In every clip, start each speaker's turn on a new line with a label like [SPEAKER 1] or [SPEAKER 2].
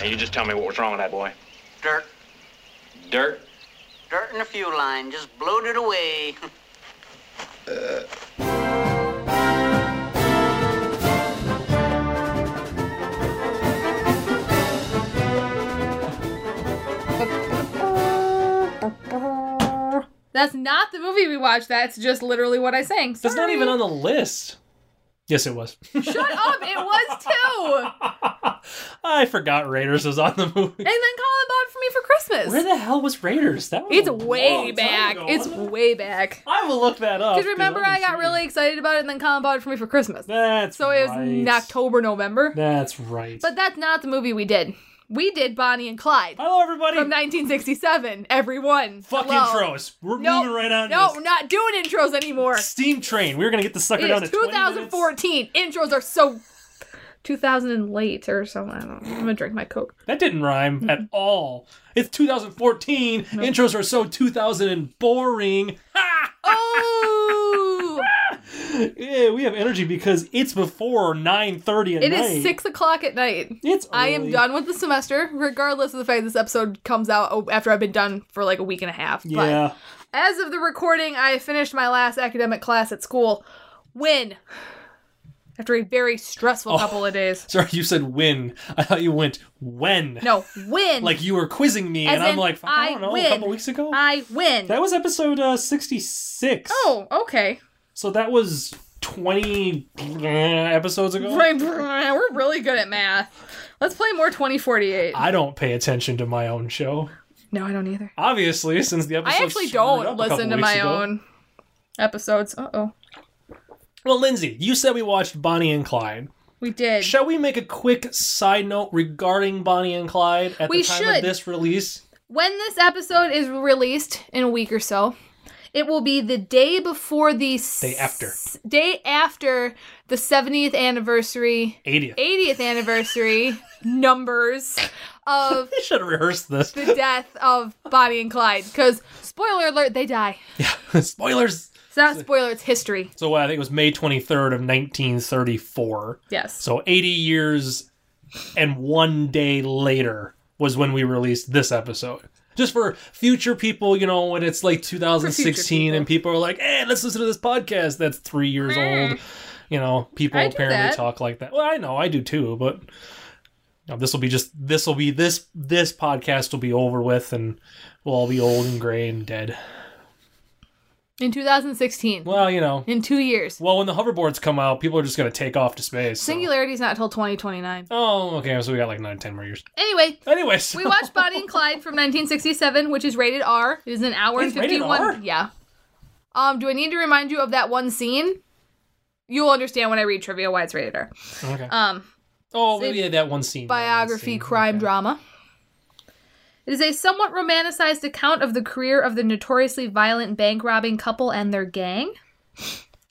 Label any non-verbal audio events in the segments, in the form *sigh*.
[SPEAKER 1] And you just tell me what was wrong with that boy.
[SPEAKER 2] Dirt.
[SPEAKER 1] Dirt?
[SPEAKER 2] Dirt in the fuel line. Just blowed it away. *laughs*
[SPEAKER 3] That's not the movie we watched. That's just literally what I sang.
[SPEAKER 4] That's not
[SPEAKER 3] Sorry.
[SPEAKER 4] even on the list. Yes, it was. *laughs*
[SPEAKER 3] Shut up! It was too.
[SPEAKER 4] I forgot Raiders was on the movie.
[SPEAKER 3] And then Colin bought it for me for Christmas.
[SPEAKER 4] Where the hell was Raiders? That was
[SPEAKER 3] it's
[SPEAKER 4] a long
[SPEAKER 3] way
[SPEAKER 4] time
[SPEAKER 3] back.
[SPEAKER 4] ago,
[SPEAKER 3] It's
[SPEAKER 4] wasn't it?
[SPEAKER 3] way back.
[SPEAKER 4] I will look that up.
[SPEAKER 3] Because remember,
[SPEAKER 4] I'm
[SPEAKER 3] I got
[SPEAKER 4] sure.
[SPEAKER 3] really excited about it, and then Colin bought it for me for Christmas.
[SPEAKER 4] That's
[SPEAKER 3] so it was
[SPEAKER 4] right.
[SPEAKER 3] in October, November.
[SPEAKER 4] That's right.
[SPEAKER 3] But that's not the movie we did. We did Bonnie and Clyde
[SPEAKER 4] hello, everybody.
[SPEAKER 3] from 1967. Everyone.
[SPEAKER 4] Fuck
[SPEAKER 3] Hello.
[SPEAKER 4] intros. We're
[SPEAKER 3] Nope.
[SPEAKER 4] moving right on.
[SPEAKER 3] No,
[SPEAKER 4] to
[SPEAKER 3] we're
[SPEAKER 4] this.
[SPEAKER 3] not doing intros anymore.
[SPEAKER 4] Steam train. We're gonna get the sucker
[SPEAKER 3] It
[SPEAKER 4] down
[SPEAKER 3] is
[SPEAKER 4] to 2004.
[SPEAKER 3] 2014. Intros are so 2000 and late or something. I don't know. I'm gonna drink my Coke.
[SPEAKER 4] That didn't
[SPEAKER 3] Mm-hmm.
[SPEAKER 4] rhyme at all. It's 2014. Intros are so 2000 and boring.
[SPEAKER 3] *laughs* Oh,
[SPEAKER 4] Yeah, we have energy because it's before 9:30 at
[SPEAKER 3] it
[SPEAKER 4] night.
[SPEAKER 3] is six o'clock at night.
[SPEAKER 4] It's.
[SPEAKER 3] I am
[SPEAKER 4] early.
[SPEAKER 3] done with the semester, regardless of the fact this episode comes out oh, after I've been done for like a week and a half.
[SPEAKER 4] Yeah.
[SPEAKER 3] But as of the recording, I finished my last academic class at school. When? After a very stressful
[SPEAKER 4] Oh.
[SPEAKER 3] couple of days.
[SPEAKER 4] Sorry, you said when. I thought you went when.
[SPEAKER 3] No, when?
[SPEAKER 4] Like you were quizzing me,
[SPEAKER 3] As
[SPEAKER 4] and I'm
[SPEAKER 3] in,
[SPEAKER 4] like, I don't
[SPEAKER 3] I
[SPEAKER 4] know, a
[SPEAKER 3] win.
[SPEAKER 4] couple weeks ago.
[SPEAKER 3] I win.
[SPEAKER 4] that was episode uh, 66.
[SPEAKER 3] oh, okay.
[SPEAKER 4] So that was 20 episodes ago.
[SPEAKER 3] Right, We're really good at math. Let's play more 2048.
[SPEAKER 4] I don't pay attention to my own show.
[SPEAKER 3] no, I don't either.
[SPEAKER 4] Obviously, since the episode
[SPEAKER 3] I actually
[SPEAKER 4] screwed up
[SPEAKER 3] don't
[SPEAKER 4] a couple
[SPEAKER 3] listen to
[SPEAKER 4] weeks
[SPEAKER 3] my
[SPEAKER 4] ago.
[SPEAKER 3] own episodes. Uh oh.
[SPEAKER 4] Well, Lindsay, you said we watched Bonnie and Clyde.
[SPEAKER 3] We did.
[SPEAKER 4] Shall we make a quick side note regarding Bonnie and Clyde at
[SPEAKER 3] We
[SPEAKER 4] the time of
[SPEAKER 3] should.
[SPEAKER 4] this release?
[SPEAKER 3] when this episode is released in a week or so, it will be the day before the s-
[SPEAKER 4] Day after.
[SPEAKER 3] day after the 70th anniversary,
[SPEAKER 4] 80th.
[SPEAKER 3] 80th *laughs* anniversary numbers of
[SPEAKER 4] We should have rehearsed this.
[SPEAKER 3] the death of Bonnie and Clyde. Because spoiler alert, they die. *laughs*
[SPEAKER 4] Yeah, spoilers.
[SPEAKER 3] It's not spoiler; it's history.
[SPEAKER 4] So what, I think it was May 23rd of 1934.
[SPEAKER 3] Yes.
[SPEAKER 4] So 80 years and one day later was when we released this episode. Just for future people, you know, when it's like 2016
[SPEAKER 3] people.
[SPEAKER 4] and people are like, hey, let's listen to this podcast that's three years old. You know, people
[SPEAKER 3] I do
[SPEAKER 4] apparently
[SPEAKER 3] that.
[SPEAKER 4] talk like that. Well, I know, I do too, but you know, this will be just, this will be, this, this podcast will be over with and we'll all be old and gray and dead.
[SPEAKER 3] In 2016.
[SPEAKER 4] Well, you know,
[SPEAKER 3] In two years.
[SPEAKER 4] well, when the hoverboards come out, people are just going to take off to space. so-
[SPEAKER 3] Singularity's not till 2029.
[SPEAKER 4] Oh, okay. So we got like nine, ten more years.
[SPEAKER 3] Anyway,
[SPEAKER 4] Anyway, so-
[SPEAKER 3] We watched Bonnie and Clyde from 1967, which is rated R. It is an hour
[SPEAKER 4] It's
[SPEAKER 3] and
[SPEAKER 4] rated
[SPEAKER 3] 51.
[SPEAKER 4] R?
[SPEAKER 3] Yeah. Um, do I need to remind you of that one scene? You'll understand when I read trivia why it's rated R.
[SPEAKER 4] *laughs* Okay.
[SPEAKER 3] Um,
[SPEAKER 4] oh, maybe yeah, that one scene. that one
[SPEAKER 3] biography
[SPEAKER 4] scene,
[SPEAKER 3] crime
[SPEAKER 4] okay.
[SPEAKER 3] drama. It is a somewhat romanticized account of the career of the notoriously violent bank robbing couple and their gang.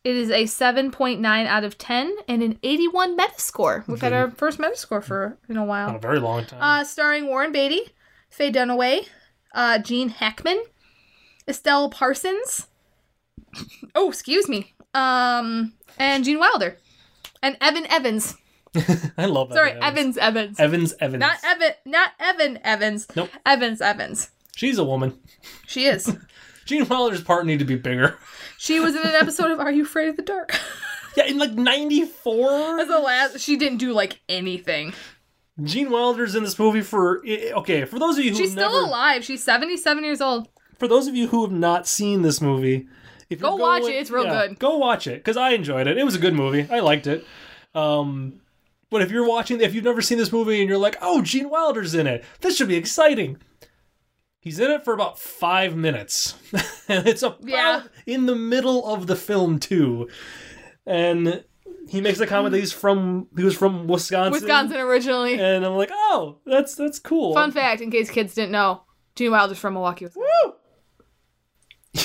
[SPEAKER 3] It is a 7.9 out of 10 and an 81 Metascore. We've had our first Metascore for in a while.
[SPEAKER 4] Not a very long time.
[SPEAKER 3] uh, starring Warren Beatty, Faye Dunaway, uh, Gene Hackman, Estelle Parsons. *coughs* Oh, excuse me. Um, and Gene Wilder, and Evan Evans.
[SPEAKER 4] *laughs* I love that.
[SPEAKER 3] Uh, Sorry, Evans
[SPEAKER 4] Evans.
[SPEAKER 3] Evans.
[SPEAKER 4] Evans. Evans.
[SPEAKER 3] Not Evan. Not Evan Evans.
[SPEAKER 4] Nope.
[SPEAKER 3] Evans Evans.
[SPEAKER 4] She's a woman.
[SPEAKER 3] She is.
[SPEAKER 4] Gene Wilder's part need to be bigger. *laughs*
[SPEAKER 3] she was in an episode of Are You Afraid of the Dark? *laughs*
[SPEAKER 4] Yeah, in like '94,
[SPEAKER 3] As the last, she didn't do like anything.
[SPEAKER 4] Gene Wilder's in this movie for i- okay. For those of you who
[SPEAKER 3] She's
[SPEAKER 4] never,
[SPEAKER 3] still alive. She's seventy-seven years old.
[SPEAKER 4] for those of you who have not seen this movie, if
[SPEAKER 3] Go
[SPEAKER 4] you're
[SPEAKER 3] watch
[SPEAKER 4] going-
[SPEAKER 3] it, it's real good.
[SPEAKER 4] Go watch it because I enjoyed it. It was a good movie. I liked it. Um, but if you're watching, if you've never seen this movie and you're like, "Oh, Gene Wilder's in it. This should be exciting," he's in it for about five minutes, *laughs* and it's about
[SPEAKER 3] Yeah.
[SPEAKER 4] in the middle of the film too, and he makes a comment that he's from he was from Wisconsin.
[SPEAKER 3] Wisconsin originally.
[SPEAKER 4] And I'm like, oh, that's that's cool.
[SPEAKER 3] Fun fact, in case kids didn't know, Gene Wilder's from Milwaukee. Wisconsin.
[SPEAKER 4] Woo! *laughs*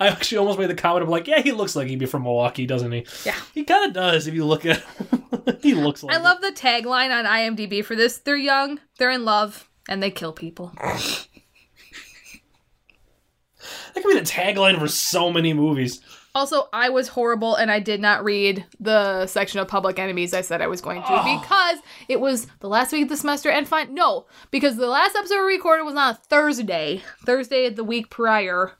[SPEAKER 4] I actually almost made the comment of like, yeah, he looks like he'd be from Milwaukee, doesn't he?
[SPEAKER 3] Yeah.
[SPEAKER 4] He kind of does if you look at him. *laughs* he looks like
[SPEAKER 3] I
[SPEAKER 4] it.
[SPEAKER 3] love the tagline on IMDb for this. They're young, they're in love, and they kill people.
[SPEAKER 4] That could be the tagline for so many movies.
[SPEAKER 3] Also, I was horrible and I did not read the section of public enemies I said I was going to because it was the last week of the semester and fine. No, because the last episode we recorded was on a Thursday, Thursday of the week prior,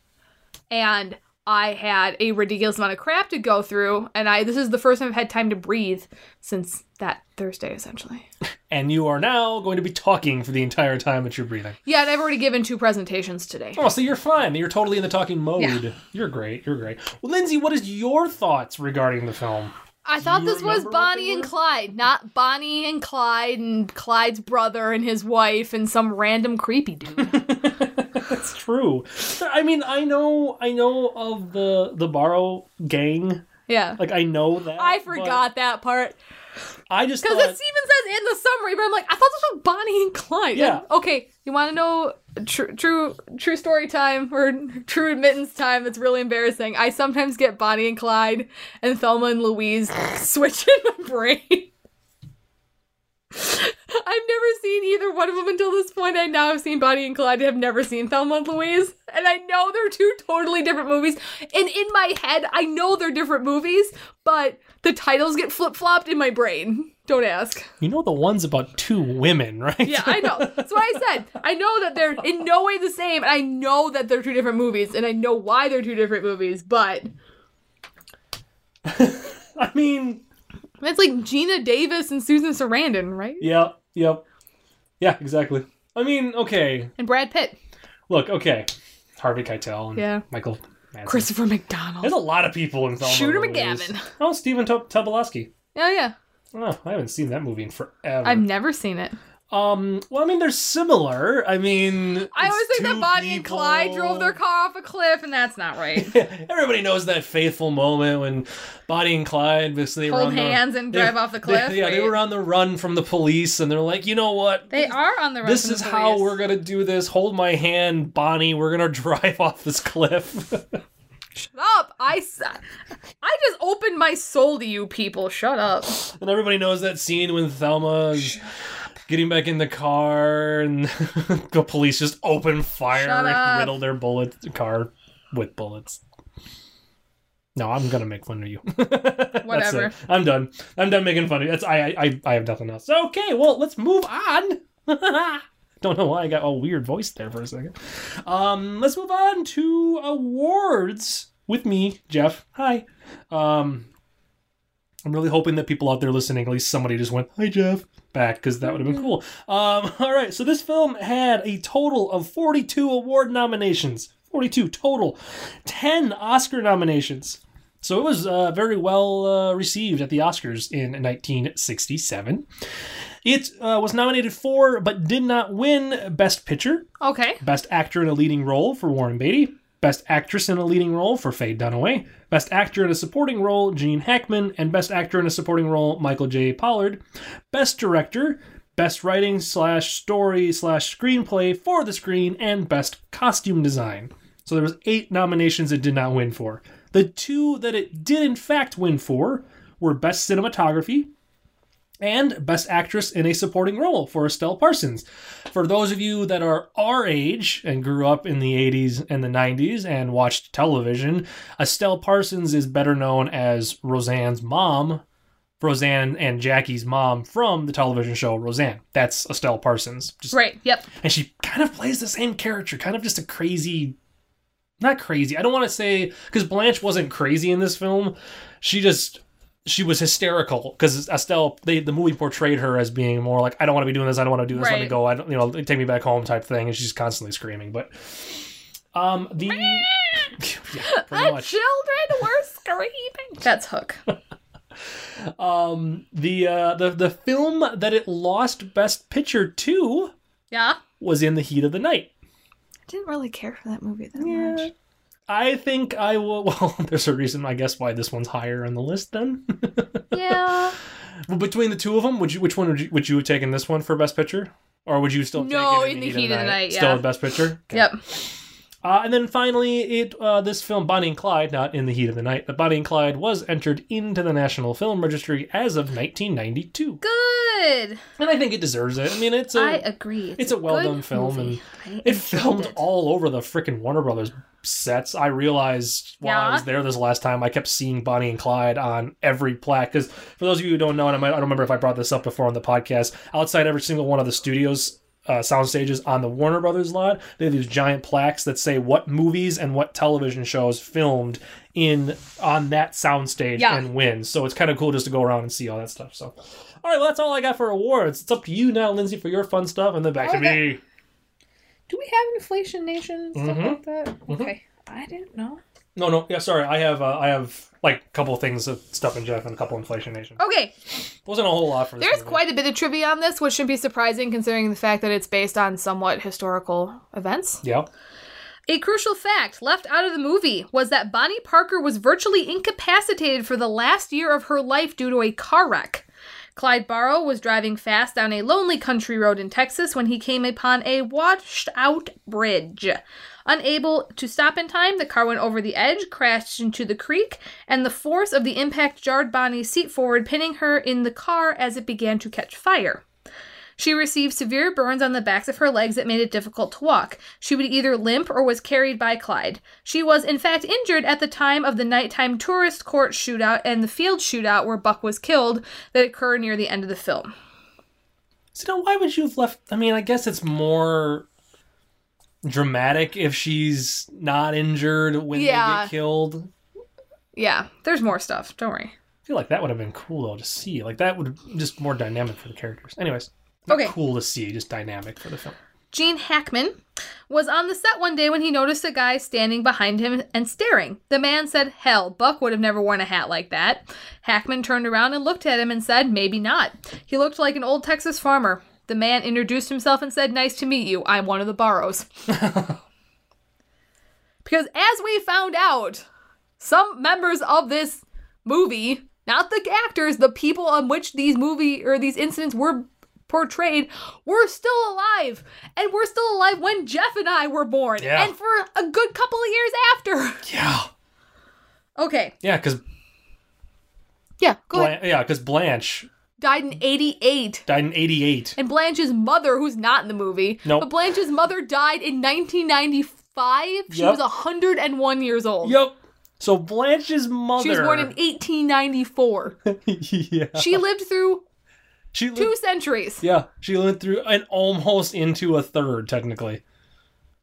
[SPEAKER 3] and I had a ridiculous amount of crap to go through. And I this is the first time I've had time to breathe since that Thursday, essentially.
[SPEAKER 4] And you are now going to be talking for the entire time that you're breathing.
[SPEAKER 3] Yeah, and I've already given two presentations today.
[SPEAKER 4] Oh, so you're fine. You're totally in the talking mode. You're great. You're great. Well, Lindsay, what is your thoughts regarding the film?
[SPEAKER 3] I thought
[SPEAKER 4] you
[SPEAKER 3] this was
[SPEAKER 4] remember what they
[SPEAKER 3] Bonnie and
[SPEAKER 4] were?
[SPEAKER 3] Clyde, not Bonnie and Clyde and Clyde's brother and his wife and some random creepy
[SPEAKER 4] *laughs*
[SPEAKER 3] dude.
[SPEAKER 4] That's true. I mean, I know, I know of the the Borrow gang.
[SPEAKER 3] yeah.
[SPEAKER 4] Like I know that.
[SPEAKER 3] I
[SPEAKER 4] but
[SPEAKER 3] forgot that part.
[SPEAKER 4] I just
[SPEAKER 3] Because it
[SPEAKER 4] thought.
[SPEAKER 3] even says in the summary, but I'm like, I thought this was Bonnie and Clyde.
[SPEAKER 4] Yeah.
[SPEAKER 3] And- okay, you want to know true, true, true story time or *laughs* true admittance time? That's really embarrassing. I sometimes get Bonnie and Clyde and Thelma and Louise *laughs* switch in my brain. I've never seen either one of them until this point. I now have seen Bonnie and Clyde. I've never seen Thelma and Louise. And I know they're two totally different movies. And in my head, I know they're different movies, but the titles get flip flopped in my brain. Don't ask.
[SPEAKER 4] You know the ones about two women, *laughs* right?
[SPEAKER 3] Yeah, I know. That's what I said. I know that they're in no way the same. And I know that they're two different movies. And I know why they're two different movies. But
[SPEAKER 4] I mean,
[SPEAKER 3] it's like Gina Davis and Susan Sarandon, right?
[SPEAKER 4] yep, yep, yeah, exactly. I mean, okay,
[SPEAKER 3] And Brad Pitt.
[SPEAKER 4] look, okay, Harvey Keitel and
[SPEAKER 3] Yeah.
[SPEAKER 4] Michael. Madsen.
[SPEAKER 3] Christopher McDonald.
[SPEAKER 4] There's a lot of people in Thelma.
[SPEAKER 3] Shooter
[SPEAKER 4] and Louise.
[SPEAKER 3] McGavin.
[SPEAKER 4] Oh, Stephen Tob- Tobolowsky.
[SPEAKER 3] Oh, yeah.
[SPEAKER 4] Oh, I haven't seen that movie in forever.
[SPEAKER 3] I've never seen it.
[SPEAKER 4] Um, well, I mean, they're similar. I mean,
[SPEAKER 3] I always
[SPEAKER 4] it's
[SPEAKER 3] think that
[SPEAKER 4] two
[SPEAKER 3] Bonnie and
[SPEAKER 4] people.
[SPEAKER 3] Clyde drove their car off a cliff, and that's not
[SPEAKER 4] *laughs*
[SPEAKER 3] right.
[SPEAKER 4] Everybody knows that faithful moment when Bonnie and Clyde basically were
[SPEAKER 3] Hold
[SPEAKER 4] on
[SPEAKER 3] hands
[SPEAKER 4] the,
[SPEAKER 3] and
[SPEAKER 4] they-
[SPEAKER 3] drive off the
[SPEAKER 4] they-
[SPEAKER 3] cliff?
[SPEAKER 4] yeah, they
[SPEAKER 3] Wait.
[SPEAKER 4] were on the run from the police, and they're like, you know what?
[SPEAKER 3] they are on the run.
[SPEAKER 4] this
[SPEAKER 3] from the
[SPEAKER 4] is how
[SPEAKER 3] police.
[SPEAKER 4] we're gonna do this. Hold my hand, Bonnie. We're gonna *laughs* drive off this cliff. *laughs*
[SPEAKER 3] Shut up! I, s- I just opened my soul to you people. Shut
[SPEAKER 4] *sighs*
[SPEAKER 3] up.
[SPEAKER 4] and everybody knows that scene when Thelma's getting back in the car, and *laughs* the police just open fire
[SPEAKER 3] Shut
[SPEAKER 4] and
[SPEAKER 3] up.
[SPEAKER 4] riddle their bullet car with bullets. No, I'm gonna make fun of you. That's
[SPEAKER 3] Whatever.
[SPEAKER 4] it. I'm done. I'm done making fun of you. That's I. I- I. I have nothing else. Okay. Well, let's move on. *laughs* Don't know why I got a weird voice there for a second. Um, let's move on to awards with me, Jeff. Hi. Um, I'm really hoping that people out there listening, at least somebody just went, "Hi, Jeff," back because that would have been cool. Um, *laughs* all right. So this film had a total of 42 award nominations. 42 total. 10 Oscar nominations. So it was uh, very well uh, received at the Oscars in 1967. It uh, was nominated for, but did not win, Best Picture,
[SPEAKER 3] Okay.
[SPEAKER 4] Best Actor in a Leading Role for Warren Beatty, Best Actress in a Leading Role for Faye Dunaway, Best Actor in a Supporting Role, Gene Hackman, and Best Actor in a Supporting Role, Michael J. Pollard, Best Director, Best Writing slash Story slash Screenplay for the Screen, and Best Costume Design. So there was eight nominations it did not win for. The two that it did in fact win for were Best Cinematography and Best Actress in a Supporting Role for Estelle Parsons. For those of you that are our age and grew up in the 80s and the 90s and watched television, Estelle Parsons is better known as Roseanne's mom, Roseanne and Jackie's mom from the television show Roseanne. That's Estelle Parsons. Just
[SPEAKER 3] Right. Yep.
[SPEAKER 4] and she kind of plays the same character, kind of just a crazy, not crazy. I don't want to say because Blanche wasn't crazy in this film. She just she was hysterical because Estelle, they, the movie portrayed her as being more like, I don't want to be doing this, I don't want to do this, let me
[SPEAKER 3] Right.
[SPEAKER 4] go, I don't, you know, take me back home type thing, and she's constantly screaming. But um, the yeah, pretty
[SPEAKER 3] The
[SPEAKER 4] much.
[SPEAKER 3] children were
[SPEAKER 4] *laughs*
[SPEAKER 3] screaming. That's Hook.
[SPEAKER 4] Um, the uh, the the film that it lost Best Picture to
[SPEAKER 3] Yeah.
[SPEAKER 4] was In the Heat of the Night.
[SPEAKER 3] I didn't really care for that movie that
[SPEAKER 4] Yeah. I think I will. *laughs* Well, there's a reason, I guess, why this one's higher on the list. Then, *laughs*
[SPEAKER 3] Yeah.
[SPEAKER 4] Well, between the two of them, would you? Which one would you? Would you have taken this one for best picture, or would you still?
[SPEAKER 3] No,
[SPEAKER 4] take it
[SPEAKER 3] In the Heat of the Night,
[SPEAKER 4] Still
[SPEAKER 3] yeah.
[SPEAKER 4] best picture. *laughs* Okay.
[SPEAKER 3] Yep.
[SPEAKER 4] Uh, and then finally, it uh, this film Bonnie and Clyde, not in the heat of the night, but Bonnie and Clyde was entered into the National Film Registry as of 1992,
[SPEAKER 3] Good.
[SPEAKER 4] and I think it deserves it. I mean, it's a
[SPEAKER 3] I agree.
[SPEAKER 4] it's a well
[SPEAKER 3] good
[SPEAKER 4] done film,
[SPEAKER 3] movie. I
[SPEAKER 4] *laughs* it
[SPEAKER 3] enjoyed
[SPEAKER 4] filmed
[SPEAKER 3] it.
[SPEAKER 4] all over the freaking Warner Brothers sets. I realized while I was
[SPEAKER 3] Yeah.
[SPEAKER 4] there this last time, I kept seeing Bonnie and Clyde on every plaque. Because for those of you who don't know, and I, might, I don't remember if I brought this up before on the podcast, outside every single one of the studios. Uh, sound stages on the Warner Brothers lot. They have these giant plaques that say what movies and what television shows filmed in on that sound stage
[SPEAKER 3] Yeah.
[SPEAKER 4] and when. So it's kind of cool just to go around and see all that stuff. So, all right, well, that's all I got for awards. It's up to you now, Lindsay, for your fun stuff, and then back to
[SPEAKER 3] Okay.
[SPEAKER 4] me.
[SPEAKER 3] Do we have inflation nation and stuff
[SPEAKER 4] Mhm.
[SPEAKER 3] like that? Okay. I didn't know.
[SPEAKER 4] No, no, yeah, sorry. I have, uh, I have like a couple of things of stuff in Jeff and a couple Inflation Nation.
[SPEAKER 3] Okay.
[SPEAKER 4] Wasn't a whole lot for this.
[SPEAKER 3] There's
[SPEAKER 4] movie.
[SPEAKER 3] quite a bit of trivia on this, which shouldn't be surprising considering the fact that it's based on somewhat historical events.
[SPEAKER 4] Yeah.
[SPEAKER 3] A crucial fact left out of the movie was that Bonnie Parker was virtually incapacitated for the last year of her life due to a car wreck. Clyde Barrow was driving fast down a lonely country road in Texas when he came upon a washed out bridge. Unable to stop in time, the car went over the edge, crashed into the creek, and the force of the impact jarred Bonnie's seat forward, pinning her in the car as it began to catch fire. She received severe burns on the backs of her legs that made it difficult to walk. She would either limp or was carried by Clyde. She was, in fact, injured at the time of the nighttime tourist court shootout and the field shootout where Buck was killed that occurred near the end of the film.
[SPEAKER 4] So now, why would you have left? I mean, I guess it's more dramatic if she's not injured when they
[SPEAKER 3] Yeah.
[SPEAKER 4] get killed.
[SPEAKER 3] Yeah, there's more stuff. Don't worry.
[SPEAKER 4] I feel like that would have been cool though to see. Like that would just more dynamic for the characters. Anyways, not
[SPEAKER 3] Okay.
[SPEAKER 4] cool to see, just dynamic for the film.
[SPEAKER 3] Gene Hackman was on the set one day when he noticed a guy standing behind him and staring. The man said, Hell, Buck would have never worn a hat like that. Hackman turned around and looked at him and said, Maybe not. He looked like an old Texas farmer. The man introduced himself and said, Nice to meet you. I'm one of the Barrows. because as we found out, some members of this movie, not the actors, the people on which these movie or these incidents were portrayed were still alive and were still alive when Jeff and I were born
[SPEAKER 4] Yeah.
[SPEAKER 3] and for a good couple of years after. *laughs*
[SPEAKER 4] Yeah.
[SPEAKER 3] Okay.
[SPEAKER 4] Yeah, because
[SPEAKER 3] Yeah, go ahead.
[SPEAKER 4] Blan- yeah, because Blanche
[SPEAKER 3] Died in 88.
[SPEAKER 4] died in '88.
[SPEAKER 3] And Blanche's mother, who's not in the movie,
[SPEAKER 4] Nope.
[SPEAKER 3] but Blanche's mother died in 1995. She
[SPEAKER 4] Yep.
[SPEAKER 3] was 101 years old.
[SPEAKER 4] Yep. So Blanche's mother.
[SPEAKER 3] She was born in 1894.
[SPEAKER 4] *laughs* yeah.
[SPEAKER 3] she lived through
[SPEAKER 4] She lived,
[SPEAKER 3] two centuries.
[SPEAKER 4] yeah, she went through and almost into a third technically.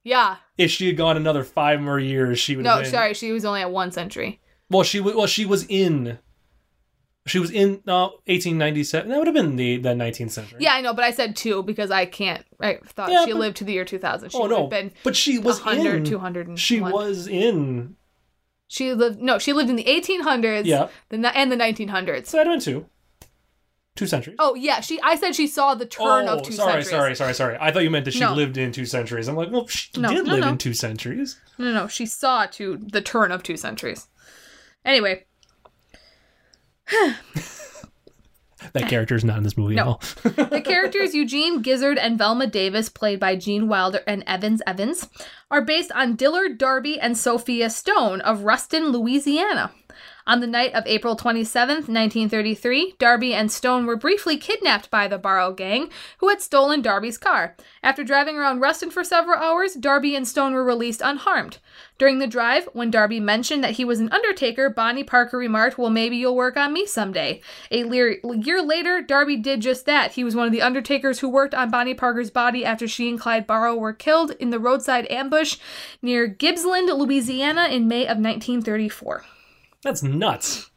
[SPEAKER 3] Yeah.
[SPEAKER 4] If she had gone another five more years, she would. have
[SPEAKER 3] No,
[SPEAKER 4] been,
[SPEAKER 3] sorry, she was only at one century.
[SPEAKER 4] Well, she wa- well she was in. She was in no, 1897. That would have been the the 19th century.
[SPEAKER 3] Yeah, I know, but I said two because I can't. I thought
[SPEAKER 4] Yeah,
[SPEAKER 3] she
[SPEAKER 4] but-
[SPEAKER 3] lived to the year 2000. She
[SPEAKER 4] oh
[SPEAKER 3] would
[SPEAKER 4] no,
[SPEAKER 3] have been
[SPEAKER 4] but she was
[SPEAKER 3] 100,
[SPEAKER 4] in
[SPEAKER 3] 201.
[SPEAKER 4] She was in.
[SPEAKER 3] She lived no, she lived in the 1800s.
[SPEAKER 4] Yeah.
[SPEAKER 3] The, ni- and the 1900s.
[SPEAKER 4] So that went two, two centuries.
[SPEAKER 3] Oh yeah, she. I said she saw the turn
[SPEAKER 4] Oh,
[SPEAKER 3] of two
[SPEAKER 4] sorry,
[SPEAKER 3] centuries.
[SPEAKER 4] sorry, sorry, sorry. I thought you meant that she
[SPEAKER 3] No.
[SPEAKER 4] lived in two centuries. I'm like, well, she
[SPEAKER 3] No,
[SPEAKER 4] did
[SPEAKER 3] no,
[SPEAKER 4] live
[SPEAKER 3] no.
[SPEAKER 4] in two centuries.
[SPEAKER 3] No, no, no, she saw to the turn of two centuries. Anyway, *laughs*
[SPEAKER 4] That character is not in this movie at
[SPEAKER 3] No.
[SPEAKER 4] all.
[SPEAKER 3] the characters *laughs* Eugene Gizzard and Velma Davis, played by Gene Wilder and Evans Evans, are based on Dillard Darby and Sophia Stone of Ruston, Louisiana. On the night of April 27, 1933, Darby and Stone were briefly kidnapped by the Barrow Gang, who had stolen Darby's car. After driving around Ruston for several hours, Darby and Stone were released unharmed. During the drive, when Darby mentioned that he was an undertaker, Bonnie Parker remarked, Well, maybe you'll work on me someday. A lear- year later, Darby did just that. He was one of the undertakers who worked on Bonnie Parker's body after she and Clyde Barrow were killed in the roadside ambush near Gibbsland, Louisiana in May of 1934.
[SPEAKER 4] That's nuts.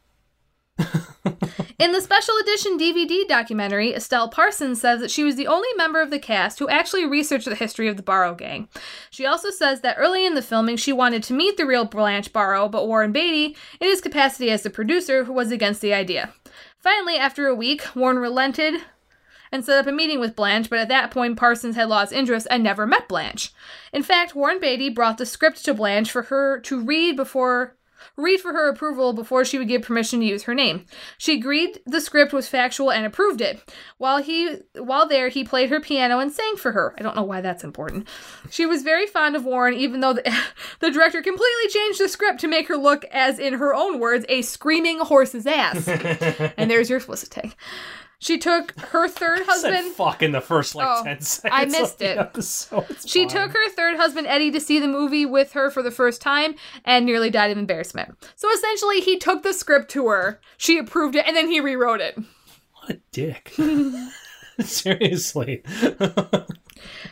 [SPEAKER 3] In the special edition DVD documentary, Estelle Parsons says that she was the only member of the cast who actually researched the history of the Barrow Gang. She also says that early in the filming, she wanted to meet the real Blanche Barrow, but Warren Beatty, in his capacity as the producer, who was against the idea. Finally, after a week, Warren relented and set up a meeting with Blanche, but at that point, Parsons had lost interest and never met Blanche. In fact, Warren Beatty brought the script to Blanche for her to read before read for her approval before she would give permission to use her name. She agreed the script was factual and approved it. While he while there he played her piano and sang for her. I don't know why that's important. She was very fond of Warren even though the, *laughs* the director completely changed the script to make her look as in her own words a screaming horse's ass. and there's your explicit tag. She took her third
[SPEAKER 4] I said
[SPEAKER 3] husband.
[SPEAKER 4] fuck in the first like
[SPEAKER 3] Oh,
[SPEAKER 4] ten seconds.
[SPEAKER 3] I missed
[SPEAKER 4] of the
[SPEAKER 3] it.
[SPEAKER 4] episode. It's
[SPEAKER 3] She
[SPEAKER 4] fine.
[SPEAKER 3] took her third husband Eddie to see the movie with her for the first time and nearly died of embarrassment. So essentially, he took the script to her, she approved it, and then he rewrote it.
[SPEAKER 4] What a
[SPEAKER 3] *laughs*
[SPEAKER 4] dick. Seriously.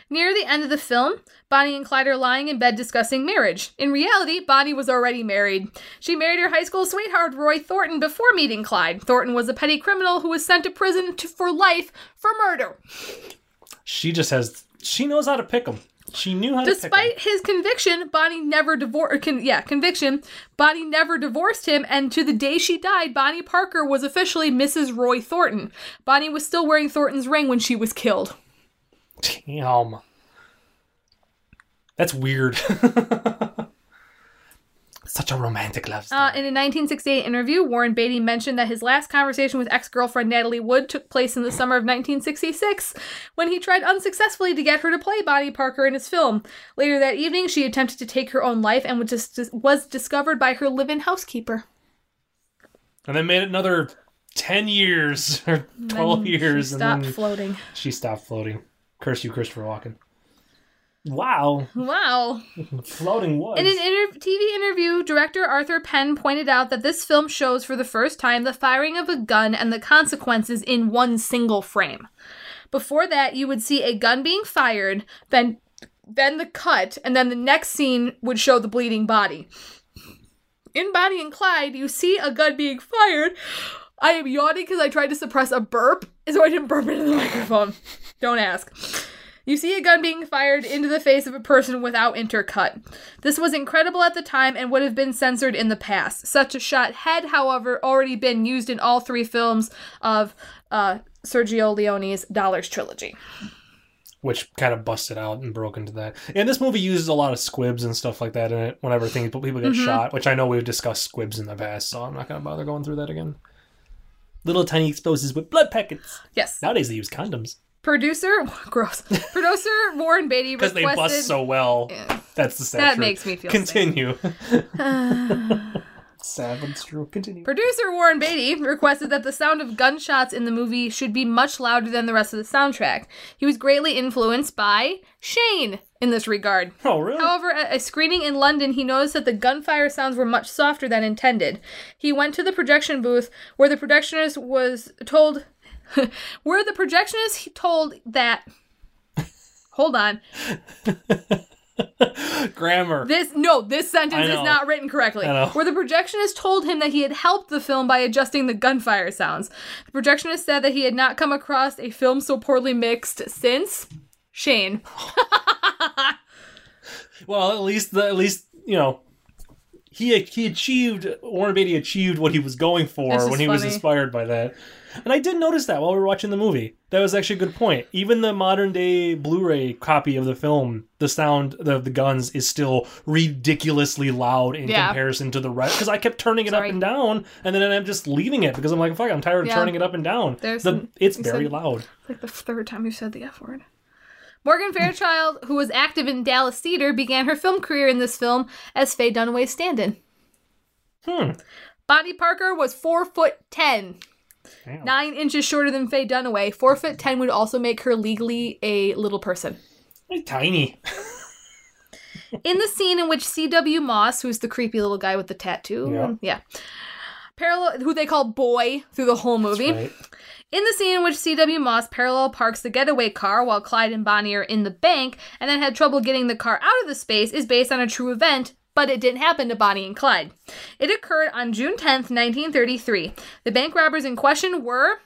[SPEAKER 3] Near the end of the film, Bonnie and Clyde are lying in bed discussing marriage. In reality, Bonnie was already married. She married her high school sweetheart, Roy Thornton, before meeting Clyde. Thornton was a petty criminal who was sent to prison to, for life for murder.
[SPEAKER 4] she just has. She knows how to pick them. She knew how to pick
[SPEAKER 3] Despite his conviction, Bonnie never divorced. Con- yeah, conviction. Bonnie never divorced him, and to the day she died, Bonnie Parker was officially Mrs. Roy Thornton. Bonnie was still wearing Thornton's ring when she was killed.
[SPEAKER 4] them. Damn. That's weird. *laughs* Such a romantic love story.
[SPEAKER 3] Uh, in a 1968 interview, Warren Beatty mentioned that his last conversation with ex girlfriend Natalie Wood took place in the summer of 1966 when he tried unsuccessfully to get her to play Bonnie Parker in his film. Later that evening, she attempted to take her own life and was, dis- was discovered by her live in housekeeper.
[SPEAKER 4] and then made it another 10 years *laughs* or 12 years.
[SPEAKER 3] She
[SPEAKER 4] and
[SPEAKER 3] stopped
[SPEAKER 4] then
[SPEAKER 3] floating.
[SPEAKER 4] she stopped floating. Curse you, Christopher Walken. Wow.
[SPEAKER 3] Wow.
[SPEAKER 4] Floating was.
[SPEAKER 3] In an inter- TV interview, director Arthur Penn pointed out that this film shows for the first time the firing of a gun and the consequences in one single frame. Before that, you would see a gun being fired, then then the cut, and then the next scene would show the bleeding body. In Bonnie and Clyde, you see a gun being fired. I am yawning because I tried to suppress a burp, so I didn't burp into the microphone. Don't ask. You see a gun being fired into the face of a person without intercut. This was incredible at the time and would have been censored in the past. Such a shot had, however, already been used in all three films of uh, Sergio Leone's Dollars trilogy.
[SPEAKER 4] which kind of busted out and broke into that. And this movie uses a lot of squibs and stuff like that in it whenever things people get
[SPEAKER 3] Mm-hmm.
[SPEAKER 4] shot, which I know we've discussed squibs in the past, so I'm not going to bother going through that again. Little tiny explosives with blood packets.
[SPEAKER 3] Yes.
[SPEAKER 4] Nowadays they use condoms
[SPEAKER 3] Producer, *laughs* gross. Producer Warren Beatty
[SPEAKER 4] because
[SPEAKER 3] requested.
[SPEAKER 4] they bust so well. That's the sad
[SPEAKER 3] That
[SPEAKER 4] truth.
[SPEAKER 3] makes me feel
[SPEAKER 4] Continue. *laughs*
[SPEAKER 3] *sighs*
[SPEAKER 4] Savage true. Continue.
[SPEAKER 3] Producer Warren Beatty requested that the sound of gunshots in the movie should be much louder than the rest of the soundtrack. He was greatly influenced by Shane in this regard.
[SPEAKER 4] Oh really?
[SPEAKER 3] However, at a screening in London, he noticed that the gunfire sounds were much softer than intended. He went to the projection booth where the projectionist was told *laughs* where the projectionist he told that Hold on.
[SPEAKER 4] Grammar.
[SPEAKER 3] This no, this
[SPEAKER 4] I
[SPEAKER 3] sentence is
[SPEAKER 4] know.
[SPEAKER 3] not written correctly.
[SPEAKER 4] I know.
[SPEAKER 3] Where the projectionist told him that he had helped the film by adjusting the gunfire sounds. The projectionist said that he had not come across a film so poorly mixed since Shane.
[SPEAKER 4] Well, at least the at least you know he he achieved Warren Beatty achieved what he was going for
[SPEAKER 3] This is
[SPEAKER 4] when he was
[SPEAKER 3] funny.
[SPEAKER 4] inspired by that. And I did notice that while we were watching the movie. That was actually a good point. Even the modern day Blu-ray copy of the film, the sound of the guns is still ridiculously loud in
[SPEAKER 3] Yeah.
[SPEAKER 4] comparison to the rest. Because I kept turning it
[SPEAKER 3] Sorry.
[SPEAKER 4] up and down, and then I'm just leaving it because I'm like, fuck, I'm tired of
[SPEAKER 3] Yeah.
[SPEAKER 4] turning it up and down.
[SPEAKER 3] There's
[SPEAKER 4] the,
[SPEAKER 3] some-
[SPEAKER 4] it's
[SPEAKER 3] you
[SPEAKER 4] very
[SPEAKER 3] said-
[SPEAKER 4] loud.
[SPEAKER 3] like the third time you've said the F word. Morgan Fairchild, who was active in Dallas Theater, began her film career in this film as Faye Dunaway's stand-in.
[SPEAKER 4] Hmm.
[SPEAKER 3] Bonnie Parker was four foot ten,
[SPEAKER 4] Damn.
[SPEAKER 3] nine inches shorter than Faye Dunaway. Four foot ten would also make her legally a little person.
[SPEAKER 4] Tiny.
[SPEAKER 3] *laughs* in the scene in which C.W. Moss, who's the creepy little guy with the tattoo,
[SPEAKER 4] Yeah.
[SPEAKER 3] and- yeah, parallel, who they call Boy through the whole movie,
[SPEAKER 4] Right.
[SPEAKER 3] in the scene in which C.W. Moss parallel parks the getaway car while Clyde and Bonnie are in the bank and then had trouble getting the car out of the space is based on a true event, but it didn't happen to Bonnie and Clyde. It occurred on June 10th, 1933. The bank robbers in question were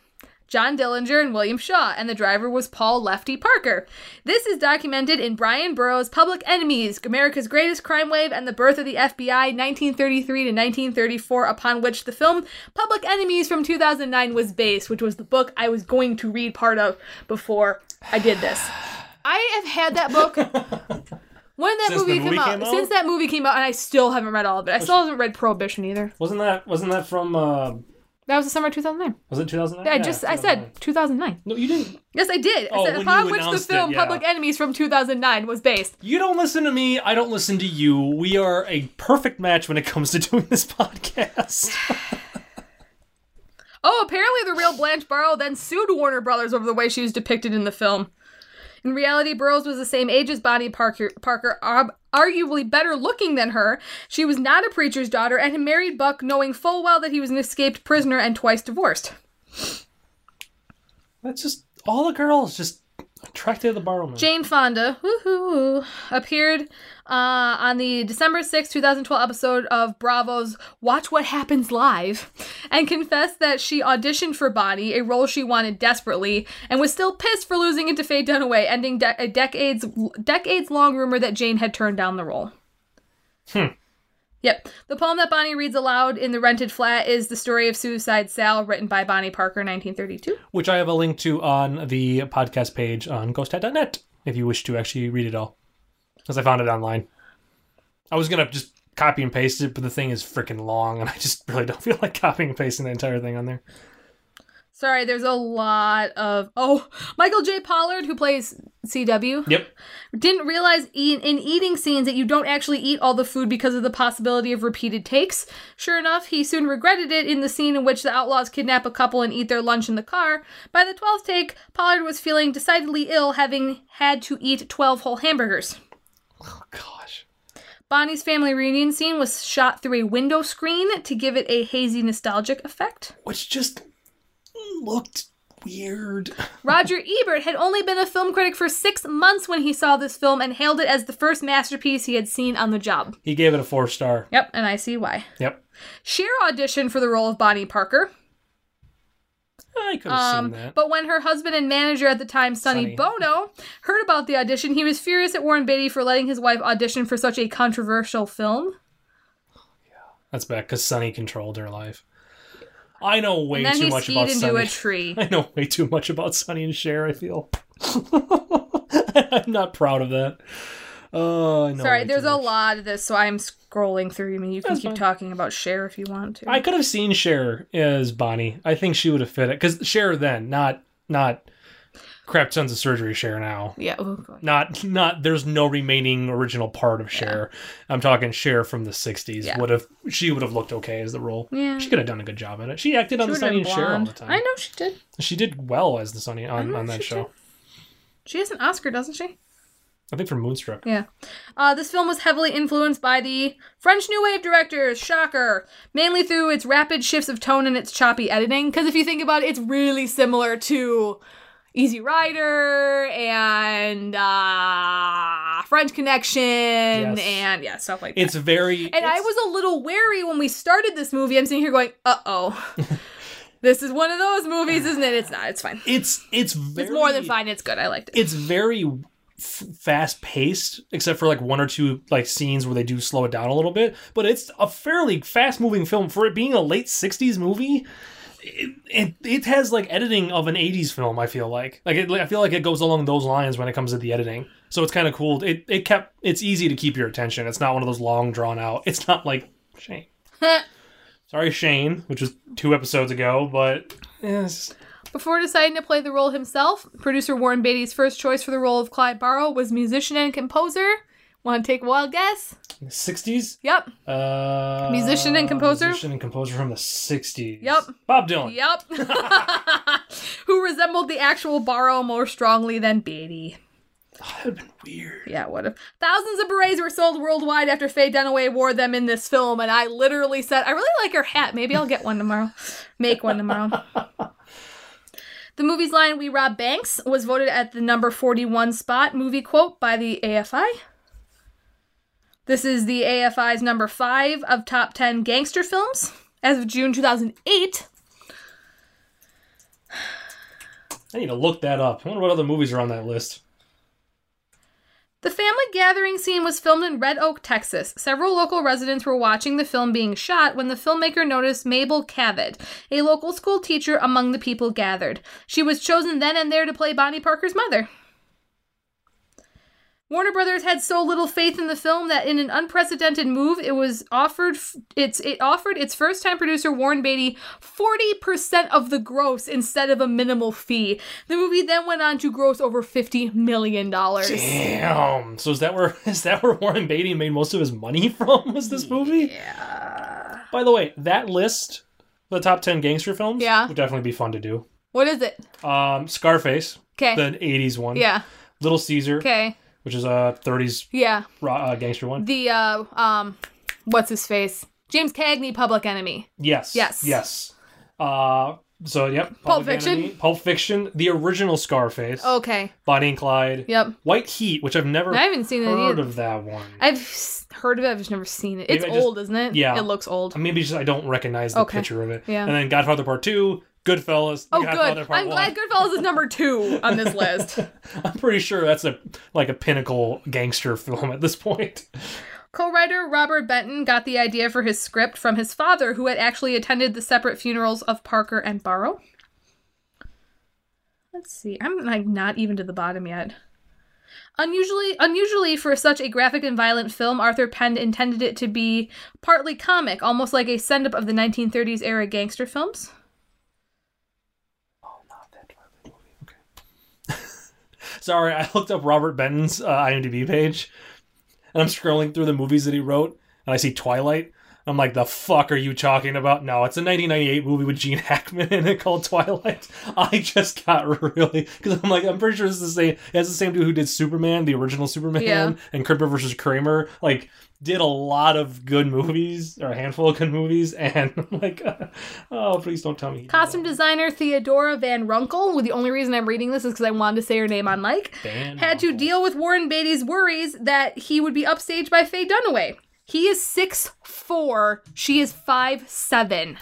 [SPEAKER 3] John Dillinger and William Shaw, and the driver was Paul Lefty Parker. This is documented in Brian Burroughs' Public Enemies, America's Greatest Crime Wave and the Birth of the FBI, 1933 to 1934, upon which the film Public Enemies from 2009 was based, which was the book I was going to read part of before I did this. I have had that
[SPEAKER 4] *laughs*
[SPEAKER 3] book. When that
[SPEAKER 4] Since the
[SPEAKER 3] movie,
[SPEAKER 4] movie
[SPEAKER 3] came, out,
[SPEAKER 4] came out?
[SPEAKER 3] since that movie came out, and I still haven't read all of it. I still haven't read Prohibition either.
[SPEAKER 4] Wasn't that wasn't that from uh,
[SPEAKER 3] That was the summer of 2009.
[SPEAKER 4] was it 2009?
[SPEAKER 3] I
[SPEAKER 4] Yeah,
[SPEAKER 3] just, I
[SPEAKER 4] 2009.
[SPEAKER 3] said 2009.
[SPEAKER 4] No, you didn't.
[SPEAKER 3] Yes, I did.
[SPEAKER 4] Oh,
[SPEAKER 3] I said
[SPEAKER 4] when
[SPEAKER 3] upon
[SPEAKER 4] you
[SPEAKER 3] which the
[SPEAKER 4] announced it,
[SPEAKER 3] film
[SPEAKER 4] yeah.
[SPEAKER 3] Public Enemies from 2009 was based.
[SPEAKER 4] You don't listen to me. I don't listen to you. We are
[SPEAKER 3] *laughs*
[SPEAKER 4] *laughs* a perfect match when it comes to doing this podcast.
[SPEAKER 3] Oh, apparently the real Blanche Barrow then sued Warner Brothers over the way she was depicted in the film. In reality, Burroughs was the same age as Bonnie Parker, Parker ar- arguably better looking than her. She was not a preacher's daughter and had married Buck knowing full well that he was an escaped prisoner and twice divorced.
[SPEAKER 4] That's just all the girls just attracted to the barrowman.
[SPEAKER 3] Jane Fonda, woohoo, appeared uh, on the December sixth, two 2012 episode of Bravo's Watch What Happens Live and confessed that she auditioned for Bonnie, a role she wanted desperately, and was still pissed for losing it to Faye Dunaway, ending de- a decades decades long rumor that Jane had turned down the role. Yep. The poem that Bonnie reads aloud in the rented flat is The Story of Suicide Sal, written by Bonnie Parker, 1932.
[SPEAKER 4] which I have a link to on the podcast page on ghosthat.net if you wish to actually read it all. Because I found it online. I was going to just copy and paste it, but the thing is freaking long, and I just really don't *laughs* feel like copying and pasting the entire thing on there.
[SPEAKER 3] Sorry, there's a lot of. Oh, Michael J. Pollard, who plays CW,
[SPEAKER 4] Yep.
[SPEAKER 3] didn't realize e- in eating scenes that you don't actually eat all the food because of the possibility of repeated takes. Sure enough, he soon regretted it in the scene in which the outlaws kidnap a couple and eat their lunch in the car. By the 12th take, Pollard was feeling decidedly ill, having had to eat 12 whole hamburgers.
[SPEAKER 4] Oh, gosh.
[SPEAKER 3] Bonnie's family reunion scene was shot through a window screen to give it a hazy nostalgic effect.
[SPEAKER 4] Which just looked weird. *laughs*
[SPEAKER 3] Roger Ebert had only been a film critic for six months when he saw this film and hailed it as the first masterpiece he had seen on the job.
[SPEAKER 4] He gave it a four star.
[SPEAKER 3] Yep, and I see why.
[SPEAKER 4] Yep.
[SPEAKER 3] Cher auditioned for the role of Bonnie Parker,
[SPEAKER 4] I could have
[SPEAKER 3] um,
[SPEAKER 4] seen that.
[SPEAKER 3] but when her husband and manager at the time, Sonny
[SPEAKER 4] Sonny.
[SPEAKER 3] Bono, heard about the audition, he was furious at Warren Beatty for letting his wife audition for such a controversial film.
[SPEAKER 4] That's bad because Sunny controlled her life. I know way
[SPEAKER 3] and then
[SPEAKER 4] too
[SPEAKER 3] he
[SPEAKER 4] much
[SPEAKER 3] skied
[SPEAKER 4] about
[SPEAKER 3] into
[SPEAKER 4] Sunny.
[SPEAKER 3] a tree.
[SPEAKER 4] *laughs* I know way too much about Sonny and Cher, I feel. *laughs* I'm not proud of that. Oh, I know.
[SPEAKER 3] Sorry,
[SPEAKER 4] way
[SPEAKER 3] there's
[SPEAKER 4] too
[SPEAKER 3] a
[SPEAKER 4] much.
[SPEAKER 3] lot of this, so I'm scrolling through. I mean, you can
[SPEAKER 4] That's
[SPEAKER 3] keep
[SPEAKER 4] fine.
[SPEAKER 3] talking about Cher if you want to.
[SPEAKER 4] I could have seen Cher as Bonnie. I think she would have fit it. Because Cher then, not not crap tons of surgery Cher now.
[SPEAKER 3] yeah. oh, God.
[SPEAKER 4] Not not there's no remaining original part of Cher. I'm talking Cher from the sixties.
[SPEAKER 3] Yeah.
[SPEAKER 4] Would have she would have looked okay as the role.
[SPEAKER 3] Yeah.
[SPEAKER 4] She could have done a good job at it. She acted on
[SPEAKER 3] She would've
[SPEAKER 4] the Sonny
[SPEAKER 3] been
[SPEAKER 4] and Cher all
[SPEAKER 3] blonde.
[SPEAKER 4] the time.
[SPEAKER 3] I know she did.
[SPEAKER 4] She did well as the Sonny on,
[SPEAKER 3] know
[SPEAKER 4] on that
[SPEAKER 3] she
[SPEAKER 4] show.
[SPEAKER 3] did. She has an Oscar, doesn't she?
[SPEAKER 4] I think for Moonstruck.
[SPEAKER 3] Yeah. Uh, this film was heavily influenced by the French New Wave directors, shocker, mainly through its rapid shifts of tone and its choppy editing. Because if you think about it, it's really similar to Easy Rider and uh, French Connection
[SPEAKER 4] Yes.
[SPEAKER 3] and yeah, stuff like that.
[SPEAKER 4] It's very
[SPEAKER 3] And I
[SPEAKER 4] it's-
[SPEAKER 3] was a little wary when we started this movie. I'm sitting here going, uh
[SPEAKER 4] *laughs*
[SPEAKER 3] oh. this is one of those movies, isn't it? It's not. It's fine.
[SPEAKER 4] it's it's very,
[SPEAKER 3] It's more than fine. It's good. I liked it.
[SPEAKER 4] It's very f- fast paced, except for like one or two like scenes where they do slow it down a little bit. But it's a fairly fast moving film for it being a late '60s movie. It, it it has like editing of an '80s film. I feel like like it, I feel like it goes along those lines when it comes to the editing. So it's kind of cool. It it kept it's easy to keep your attention. It's not one of those long drawn out. It's not like Shane. Sorry, Shane, which was two episodes ago, but yeah, it's-
[SPEAKER 3] Before deciding to play the role himself, producer Warren Beatty's first choice for the role of Clyde Barrow was musician and composer. Want to take a wild guess?
[SPEAKER 4] 60s?
[SPEAKER 3] Yep.
[SPEAKER 4] Uh,
[SPEAKER 3] Musician and composer?
[SPEAKER 4] Musician and composer from the 60s.
[SPEAKER 3] Yep.
[SPEAKER 4] Bob Dylan.
[SPEAKER 3] Yep. *laughs* Who resembled the actual Barrow more strongly than Beatty.
[SPEAKER 4] Oh, that would have been weird.
[SPEAKER 3] Yeah, what if thousands of berets were sold worldwide after Faye Dunaway wore them in this film? And I literally said, I really like her hat. Maybe I'll get one tomorrow. Make one tomorrow. the movie's line, We Rob Banks, was voted at the number 41 spot movie quote by the AFI. This is the AFI's number five of top 10 gangster films as of June 2008.
[SPEAKER 4] I need to look that up. I wonder what other movies are on that list.
[SPEAKER 3] The family gathering scene was filmed in Red Oak, Texas. Several local residents were watching the film being shot when the filmmaker noticed Mabel Cavett, a local school teacher among the people gathered. She was chosen then and there to play Bonnie Parker's mother. Warner Brothers had so little faith in the film that in an unprecedented move, it was offered f- its it offered its first-time producer Warren Beatty 40% of the gross instead of a minimal fee. The movie then went on to gross over 50 million dollars.
[SPEAKER 4] Damn. So is that where *laughs* is that where Warren Beatty *laughs* made most of his money from? Was this movie?
[SPEAKER 3] Yeah.
[SPEAKER 4] By the way, that list the top 10 gangster films.
[SPEAKER 3] Yeah.
[SPEAKER 4] Would definitely be fun to do.
[SPEAKER 3] What is it?
[SPEAKER 4] Um, Scarface,
[SPEAKER 3] Okay.
[SPEAKER 4] the 80s one.
[SPEAKER 3] yeah.
[SPEAKER 4] Little Caesar,
[SPEAKER 3] Okay.
[SPEAKER 4] which is a 30s
[SPEAKER 3] Yeah.
[SPEAKER 4] ra- uh, gangster one.
[SPEAKER 3] The uh um what's his face? James Cagney, Public Enemy.
[SPEAKER 4] Yes.
[SPEAKER 3] Yes.
[SPEAKER 4] Yes. Uh, so, yep. Public
[SPEAKER 3] Fiction.
[SPEAKER 4] Enemy, Pulp Fiction, the original Scarface,
[SPEAKER 3] Okay.
[SPEAKER 4] Bonnie and Clyde,
[SPEAKER 3] Yep.
[SPEAKER 4] White Heat, which I've never
[SPEAKER 3] I haven't seen it
[SPEAKER 4] heard
[SPEAKER 3] either.
[SPEAKER 4] of that one.
[SPEAKER 3] I've s- heard of it, I've just never seen it.
[SPEAKER 4] Maybe
[SPEAKER 3] It's
[SPEAKER 4] I just-
[SPEAKER 3] old, isn't it?
[SPEAKER 4] Yeah.
[SPEAKER 3] It looks old.
[SPEAKER 4] Maybe just I don't recognize the
[SPEAKER 3] Okay.
[SPEAKER 4] picture of it.
[SPEAKER 3] Yeah.
[SPEAKER 4] And then Godfather Part 2, Goodfellas,
[SPEAKER 3] Oh,
[SPEAKER 4] Godfather
[SPEAKER 3] good.
[SPEAKER 4] Part
[SPEAKER 3] I'm
[SPEAKER 4] 1.
[SPEAKER 3] glad Goodfellas is number two on this list.
[SPEAKER 4] *laughs* I'm pretty sure that's a like a pinnacle gangster film at this point.
[SPEAKER 3] Co-writer Robert Benton got the idea for his script from his father, who had actually attended the separate funerals of Parker and Barrow. Let's see. I'm like not even to the bottom yet. Unusually, unusually for such a graphic and violent film, Arthur Penn intended it to be partly comic, almost like a send-up of the 1930s era gangster films.
[SPEAKER 4] Sorry, *laughs* I looked up Robert Benton's uh, IMDb page, and I'm scrolling through the movies that he wrote, and I see Twilight. I'm like, the fuck are you talking about? No, it's a 1998 movie with Gene *laughs* Hackman in it called Twilight. I just got really because I'm like, I'm pretty sure it's the same. It's the same dude who did Superman, the original Superman,
[SPEAKER 3] Yeah.
[SPEAKER 4] and Crypto versus Kramer. Like, did a lot of good movies or a handful of good movies, and *laughs* I'm like, oh, please don't tell me. he did
[SPEAKER 3] Costume designer Theodora Van Runkel, the only reason I'm reading this is because I wanted to say her name on mic,
[SPEAKER 4] Van
[SPEAKER 3] had to
[SPEAKER 4] Runkel.
[SPEAKER 3] deal with Warren Beatty's worries that he would be upstaged by Faye Dunaway. He is 6'4, she is 5'7.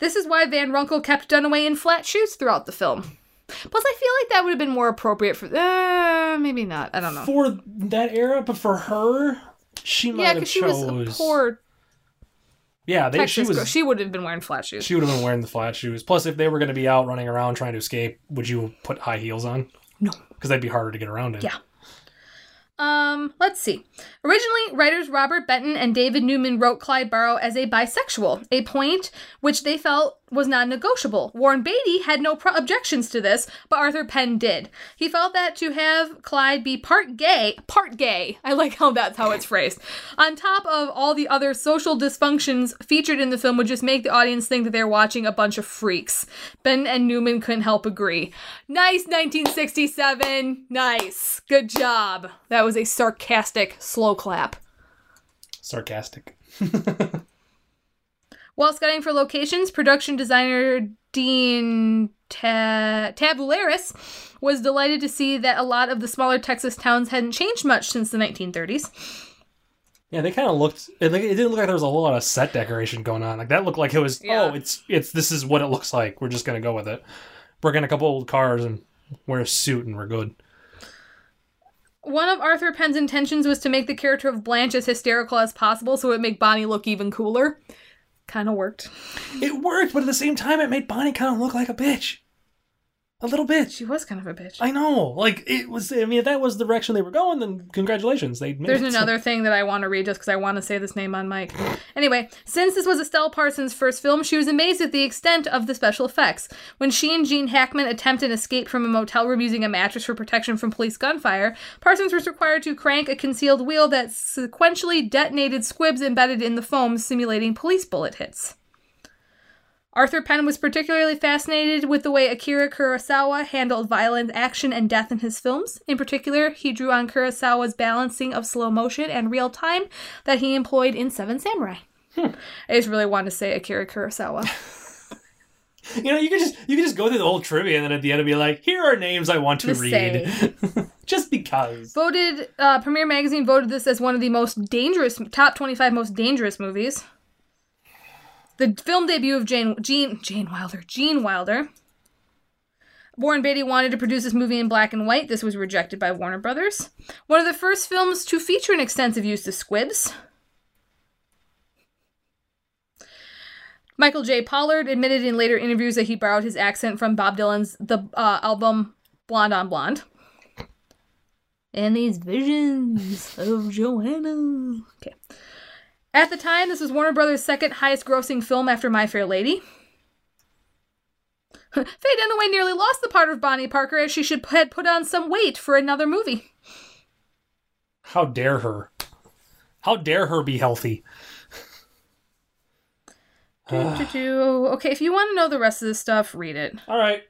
[SPEAKER 3] This is why Van Runkel kept Dunaway in flat shoes throughout the film. Plus, I feel like that would have been more appropriate for. Uh, maybe not. I don't know.
[SPEAKER 4] for that era, but for her, she might
[SPEAKER 3] yeah,
[SPEAKER 4] have
[SPEAKER 3] because she was
[SPEAKER 4] chose.
[SPEAKER 3] a poor
[SPEAKER 4] yeah, they,
[SPEAKER 3] Texas
[SPEAKER 4] she was.
[SPEAKER 3] girl.
[SPEAKER 4] She,
[SPEAKER 3] She would have been wearing flat shoes.
[SPEAKER 4] would have been wearing the flat shoes. Plus, if they were going to be out running around trying to escape, would you put high heels on?
[SPEAKER 3] No.
[SPEAKER 4] because that'd be harder to get around in.
[SPEAKER 3] Yeah. Um, let's see. Originally, writers Robert Benton and David Newman wrote Clyde Barrow as a bisexual, a point which they felt was non negotiable. Warren Beatty had no pro- objections to this, but Arthur Penn did. He felt that to have Clyde be part gay, part gay, I like how that's how it's phrased, on top of all the other social dysfunctions featured in the film would just make the audience think that they're watching a bunch of freaks. Ben and Newman couldn't help agree. Nice 1967. Nice. Good job. That was a sarcastic slow clap.
[SPEAKER 4] sarcastic.
[SPEAKER 3] While scouting for locations, production designer Dean Ta- Tabularis was delighted to see that a lot of the smaller Texas towns hadn't changed much since the 1930s.
[SPEAKER 4] Yeah, they kind of looked. It, like, it didn't look like there was a whole lot of set decoration going on. Like that looked like it was.
[SPEAKER 3] Yeah.
[SPEAKER 4] Oh, it's it's this is what it looks like. We're just gonna go with it. Break in a couple old cars and wear a suit and we're good.
[SPEAKER 3] One of Arthur Penn's intentions was to make the character of Blanche as hysterical as possible so it would make Bonnie look even cooler. Kind of worked.
[SPEAKER 4] It worked, but at the same time, it made Bonnie kind of look like a bitch, a little bitch.
[SPEAKER 3] She was kind of a bitch.
[SPEAKER 4] I know. Like it was. I mean, if that was the direction they were going, then congratulations. They made
[SPEAKER 3] There's
[SPEAKER 4] it.
[SPEAKER 3] another thing that I want to read just because I want to say this name on mic. Anyway, since this was Estelle Parsons' first film, she was amazed at the extent of the special effects. When she and Gene Hackman attempt an escape from a motel room using a mattress for protection from police gunfire, Parsons was required to crank a concealed wheel that sequentially detonated squibs embedded in the foam, simulating police bullet hits. Arthur Penn was particularly fascinated with the way Akira Kurosawa handled violent action and death in his films. In particular, he drew on Kurosawa's balancing of slow motion and real time that he employed in Seven Samurai. I just really wanted to say Akira Kurosawa.
[SPEAKER 4] *laughs* You know, you can just you can just go through the whole trivia, and then at the end, be like, "Here are names I want to
[SPEAKER 3] Just
[SPEAKER 4] read," *laughs* just because.
[SPEAKER 3] voted, uh, Premiere Magazine voted this as one of the most dangerous, top 25 most dangerous movies. The film debut of Jane, Gene, Jane Wilder, Gene Wilder. Warren Beatty wanted to produce this movie in black and white. This was rejected by Warner Brothers. One of the first films to feature an extensive use of squibs. Michael J. Pollard admitted in later interviews that he borrowed his accent from Bob Dylan's the uh, album Blonde on Blonde. And these visions of Joanna. Okay. At the time, this was Warner Brothers' second highest grossing film after My Fair Lady. *laughs* Faye Dunaway nearly lost the part of Bonnie Parker as she should had put on some weight for another movie.
[SPEAKER 4] How dare her? How dare her be healthy?
[SPEAKER 3] Do, do, do. Okay, if you want to know the rest of this stuff, read it.
[SPEAKER 4] All right.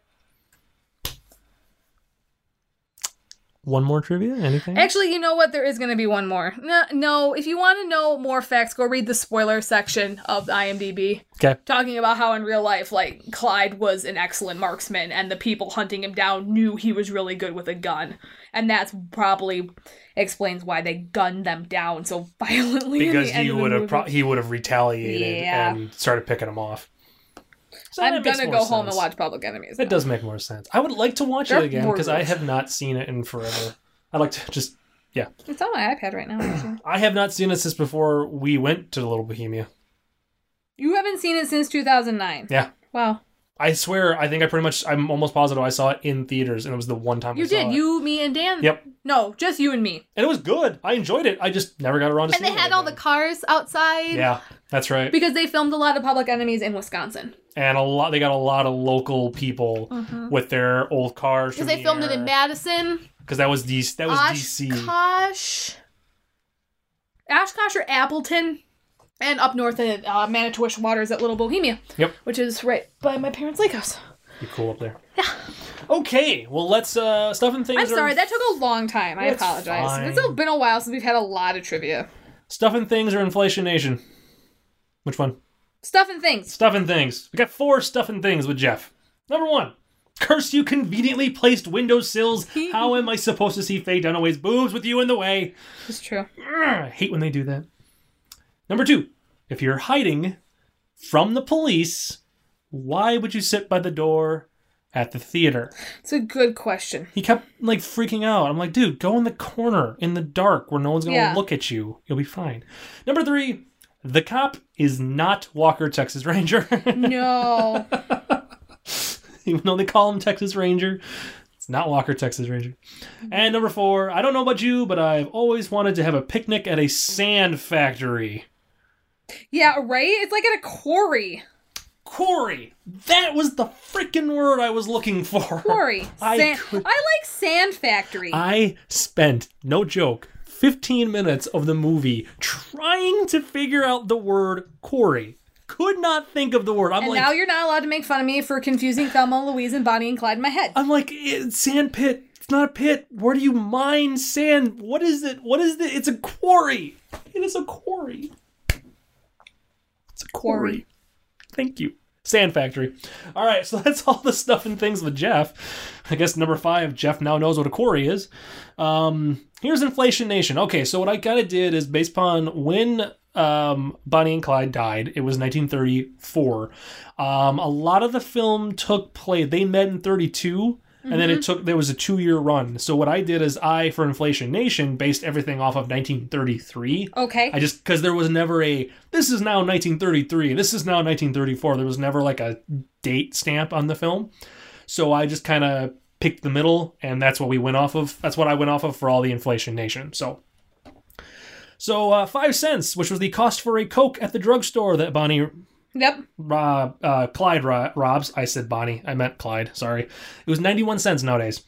[SPEAKER 4] One more trivia? Anything?
[SPEAKER 3] Actually, you know what? There is going to be one more. No, no, if you want to know more facts, go read the spoiler section of IMDb.
[SPEAKER 4] Okay.
[SPEAKER 3] Talking about how in real life, like, Clyde was an excellent marksman and the people hunting him down knew he was really good with a gun. And that's probably explains why they gunned them down so *laughs* violently. in the
[SPEAKER 4] Because
[SPEAKER 3] end
[SPEAKER 4] he
[SPEAKER 3] of the
[SPEAKER 4] would have
[SPEAKER 3] movie.
[SPEAKER 4] pro- he would have retaliated
[SPEAKER 3] Yeah.
[SPEAKER 4] and started picking him off. So
[SPEAKER 3] I'm
[SPEAKER 4] that makes
[SPEAKER 3] gonna
[SPEAKER 4] more
[SPEAKER 3] go home and
[SPEAKER 4] sense.
[SPEAKER 3] watch Public Enemies.
[SPEAKER 4] That does make more sense. I would like to watch
[SPEAKER 3] There
[SPEAKER 4] it again
[SPEAKER 3] were
[SPEAKER 4] because I
[SPEAKER 3] rules.
[SPEAKER 4] have not seen it in forever. I'd like to just
[SPEAKER 3] It's on my iPad right now.
[SPEAKER 4] *clears throat*
[SPEAKER 3] Actually.
[SPEAKER 4] I have not seen it since before we went to Little Bohemia.
[SPEAKER 3] you haven't seen it since 2009.
[SPEAKER 4] Yeah.
[SPEAKER 3] Wow.
[SPEAKER 4] I swear, I think I pretty much I'm almost positive I saw it in theaters and it was the one time I
[SPEAKER 3] You
[SPEAKER 4] saw
[SPEAKER 3] did.
[SPEAKER 4] it.
[SPEAKER 3] You, me, and Dan.
[SPEAKER 4] Yep.
[SPEAKER 3] No, just you and me.
[SPEAKER 4] And it was good. I enjoyed it. I just never got around to
[SPEAKER 3] And they
[SPEAKER 4] seeing
[SPEAKER 3] had
[SPEAKER 4] it
[SPEAKER 3] all the
[SPEAKER 4] again.
[SPEAKER 3] cars outside.
[SPEAKER 4] Yeah, that's right.
[SPEAKER 3] Because they filmed a lot of Public Enemies in Wisconsin.
[SPEAKER 4] and a lot they got a lot of local people with their old cars
[SPEAKER 3] Because Uh-huh. they filmed it in Madison,
[SPEAKER 4] because that was DC that
[SPEAKER 3] *laughs*
[SPEAKER 4] was DC
[SPEAKER 3] Oshkosh, Oshkosh or Appleton, and up north at uh, Manitowish Waters at Little Bohemia.
[SPEAKER 4] Yep.
[SPEAKER 3] Which is right by my parents' lake house.
[SPEAKER 4] be cool up there yeah okay well let's uh stuff and things
[SPEAKER 3] I'm
[SPEAKER 4] are-
[SPEAKER 3] sorry, that took a long time. I
[SPEAKER 4] That's
[SPEAKER 3] apologize. It's
[SPEAKER 4] fine.
[SPEAKER 3] been a while since we've had a lot of trivia.
[SPEAKER 4] stuff and things or inflation nation which one
[SPEAKER 3] Stuff and things.
[SPEAKER 4] stuff and things we got four stuff and things with Jeff number one curse you conveniently placed windowsills how am I supposed to see Faye Dunaway's boobs with you in the way
[SPEAKER 3] It's true.
[SPEAKER 4] I hate when they do that. Number two, if you're hiding from the police, why would you sit by the door at the theater?
[SPEAKER 3] It's a good question.
[SPEAKER 4] He kept like freaking out. I'm like, dude, go in the corner in the dark where no one's gonna
[SPEAKER 3] Yeah.
[SPEAKER 4] look at you. You'll be fine. Number three, the cop is not Walker Texas Ranger, *laughs*
[SPEAKER 3] *laughs* No.
[SPEAKER 4] even though they call him Texas Ranger. It's not Walker Texas Ranger. And number four, I don't know about you, but I've always wanted to have a picnic at a sand factory.
[SPEAKER 3] yeah, right? It's like at a quarry.
[SPEAKER 4] Quarry. That was the freaking word I was looking for.
[SPEAKER 3] Quarry.
[SPEAKER 4] *laughs* I
[SPEAKER 3] Sand-
[SPEAKER 4] could-
[SPEAKER 3] I like Sand Factory.
[SPEAKER 4] I spent, no joke, 15 minutes of the movie trying to figure out the word quarry. Could not think of the word. I'm
[SPEAKER 3] and
[SPEAKER 4] like,
[SPEAKER 3] now you're not allowed to make fun of me for confusing Thelma, Louise, and Bonnie and Clyde in my head.
[SPEAKER 4] I'm like, it's sand pit. It's not a pit. Where do you mine sand? What is it? What is it? It's a quarry. It is a quarry. It's a quarry.
[SPEAKER 3] Quarry.
[SPEAKER 4] Thank you. Sand factory. All right, so *laughs* that's all the stuff and things with Jeff. I guess number five, Jeff now knows what a quarry is. Um, here's Inflation Nation. Okay, so what I kind of did is based upon when um, Bonnie and Clyde died, it was 1934. Um, a lot of the film took place, they met in 32. And then it took there was a two year run. So what I did is I for Inflation Nation based everything off of 1933.
[SPEAKER 3] okay.
[SPEAKER 4] I just because there was never a this is now 1933, this is now 1934. There was never like a date stamp on the film, so I just kind of picked the middle, and that's what we went off of. That's what I went off of for all the Inflation Nation. So, so uh, five cents, which was the cost for a Coke at the drugstore that Bonnie
[SPEAKER 3] yep.
[SPEAKER 4] Rob, uh, Clyde ro- robs. I said Bonnie. I meant Clyde. Sorry. It was 91 cents nowadays.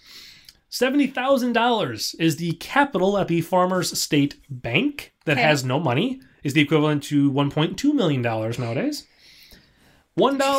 [SPEAKER 4] $70,000 is the capital at the Farmers State Bank that
[SPEAKER 3] Okay.
[SPEAKER 4] has no money, is the equivalent to $1.2 million nowadays.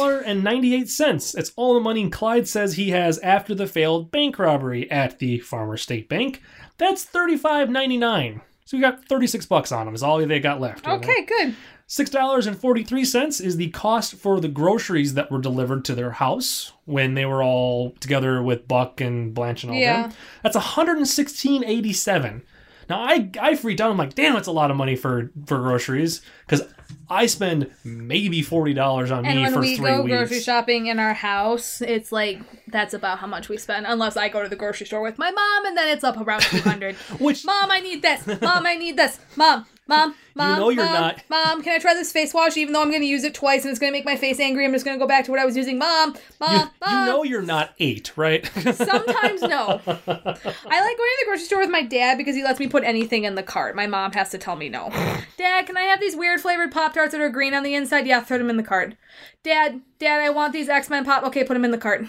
[SPEAKER 4] $1.98. That's all the money Clyde says he has after the failed bank robbery at the Farmers State Bank. That's $35.99. So we got 36 bucks on him, is all they got left.
[SPEAKER 3] Okay, good.
[SPEAKER 4] Six dollars and forty-three cents is the cost for the groceries that were delivered to their house when they were all together with Buck and Blanche and all
[SPEAKER 3] Yeah.
[SPEAKER 4] them. That's one hundred and sixteen eighty-seven. Now I I freaked out. I'm like, damn, it's a lot of money for for groceries because I spend maybe forty dollars on
[SPEAKER 3] And
[SPEAKER 4] me
[SPEAKER 3] when
[SPEAKER 4] for
[SPEAKER 3] we
[SPEAKER 4] three
[SPEAKER 3] go
[SPEAKER 4] weeks.
[SPEAKER 3] grocery shopping in our house, it's like that's about how much we spend, unless I go to the grocery store with my mom, and then it's up around two hundred.
[SPEAKER 4] *laughs*
[SPEAKER 3] *laughs*
[SPEAKER 4] Which-
[SPEAKER 3] mom, I need this. Mom, I need this. Mom,
[SPEAKER 4] *laughs*
[SPEAKER 3] mom, mom.
[SPEAKER 4] know you're
[SPEAKER 3] mom,
[SPEAKER 4] not.
[SPEAKER 3] Mom, can I try this face wash? Even though I'm going to use it twice, and it's going to make my face angry. I'm just going to go back to what I was using. Mom, mom,
[SPEAKER 4] you,
[SPEAKER 3] mom.
[SPEAKER 4] you know you're not eight, right? *laughs*
[SPEAKER 3] Sometimes no. I like going to the grocery store with my dad because he lets me put anything in the cart. My mom has to tell me no. Dad, can I have these weird flavored Pop Tarts that are green on the inside? Yeah, throw them in the cart. Dad, Dad, I want these X Men Pop. Okay, put them in the cart.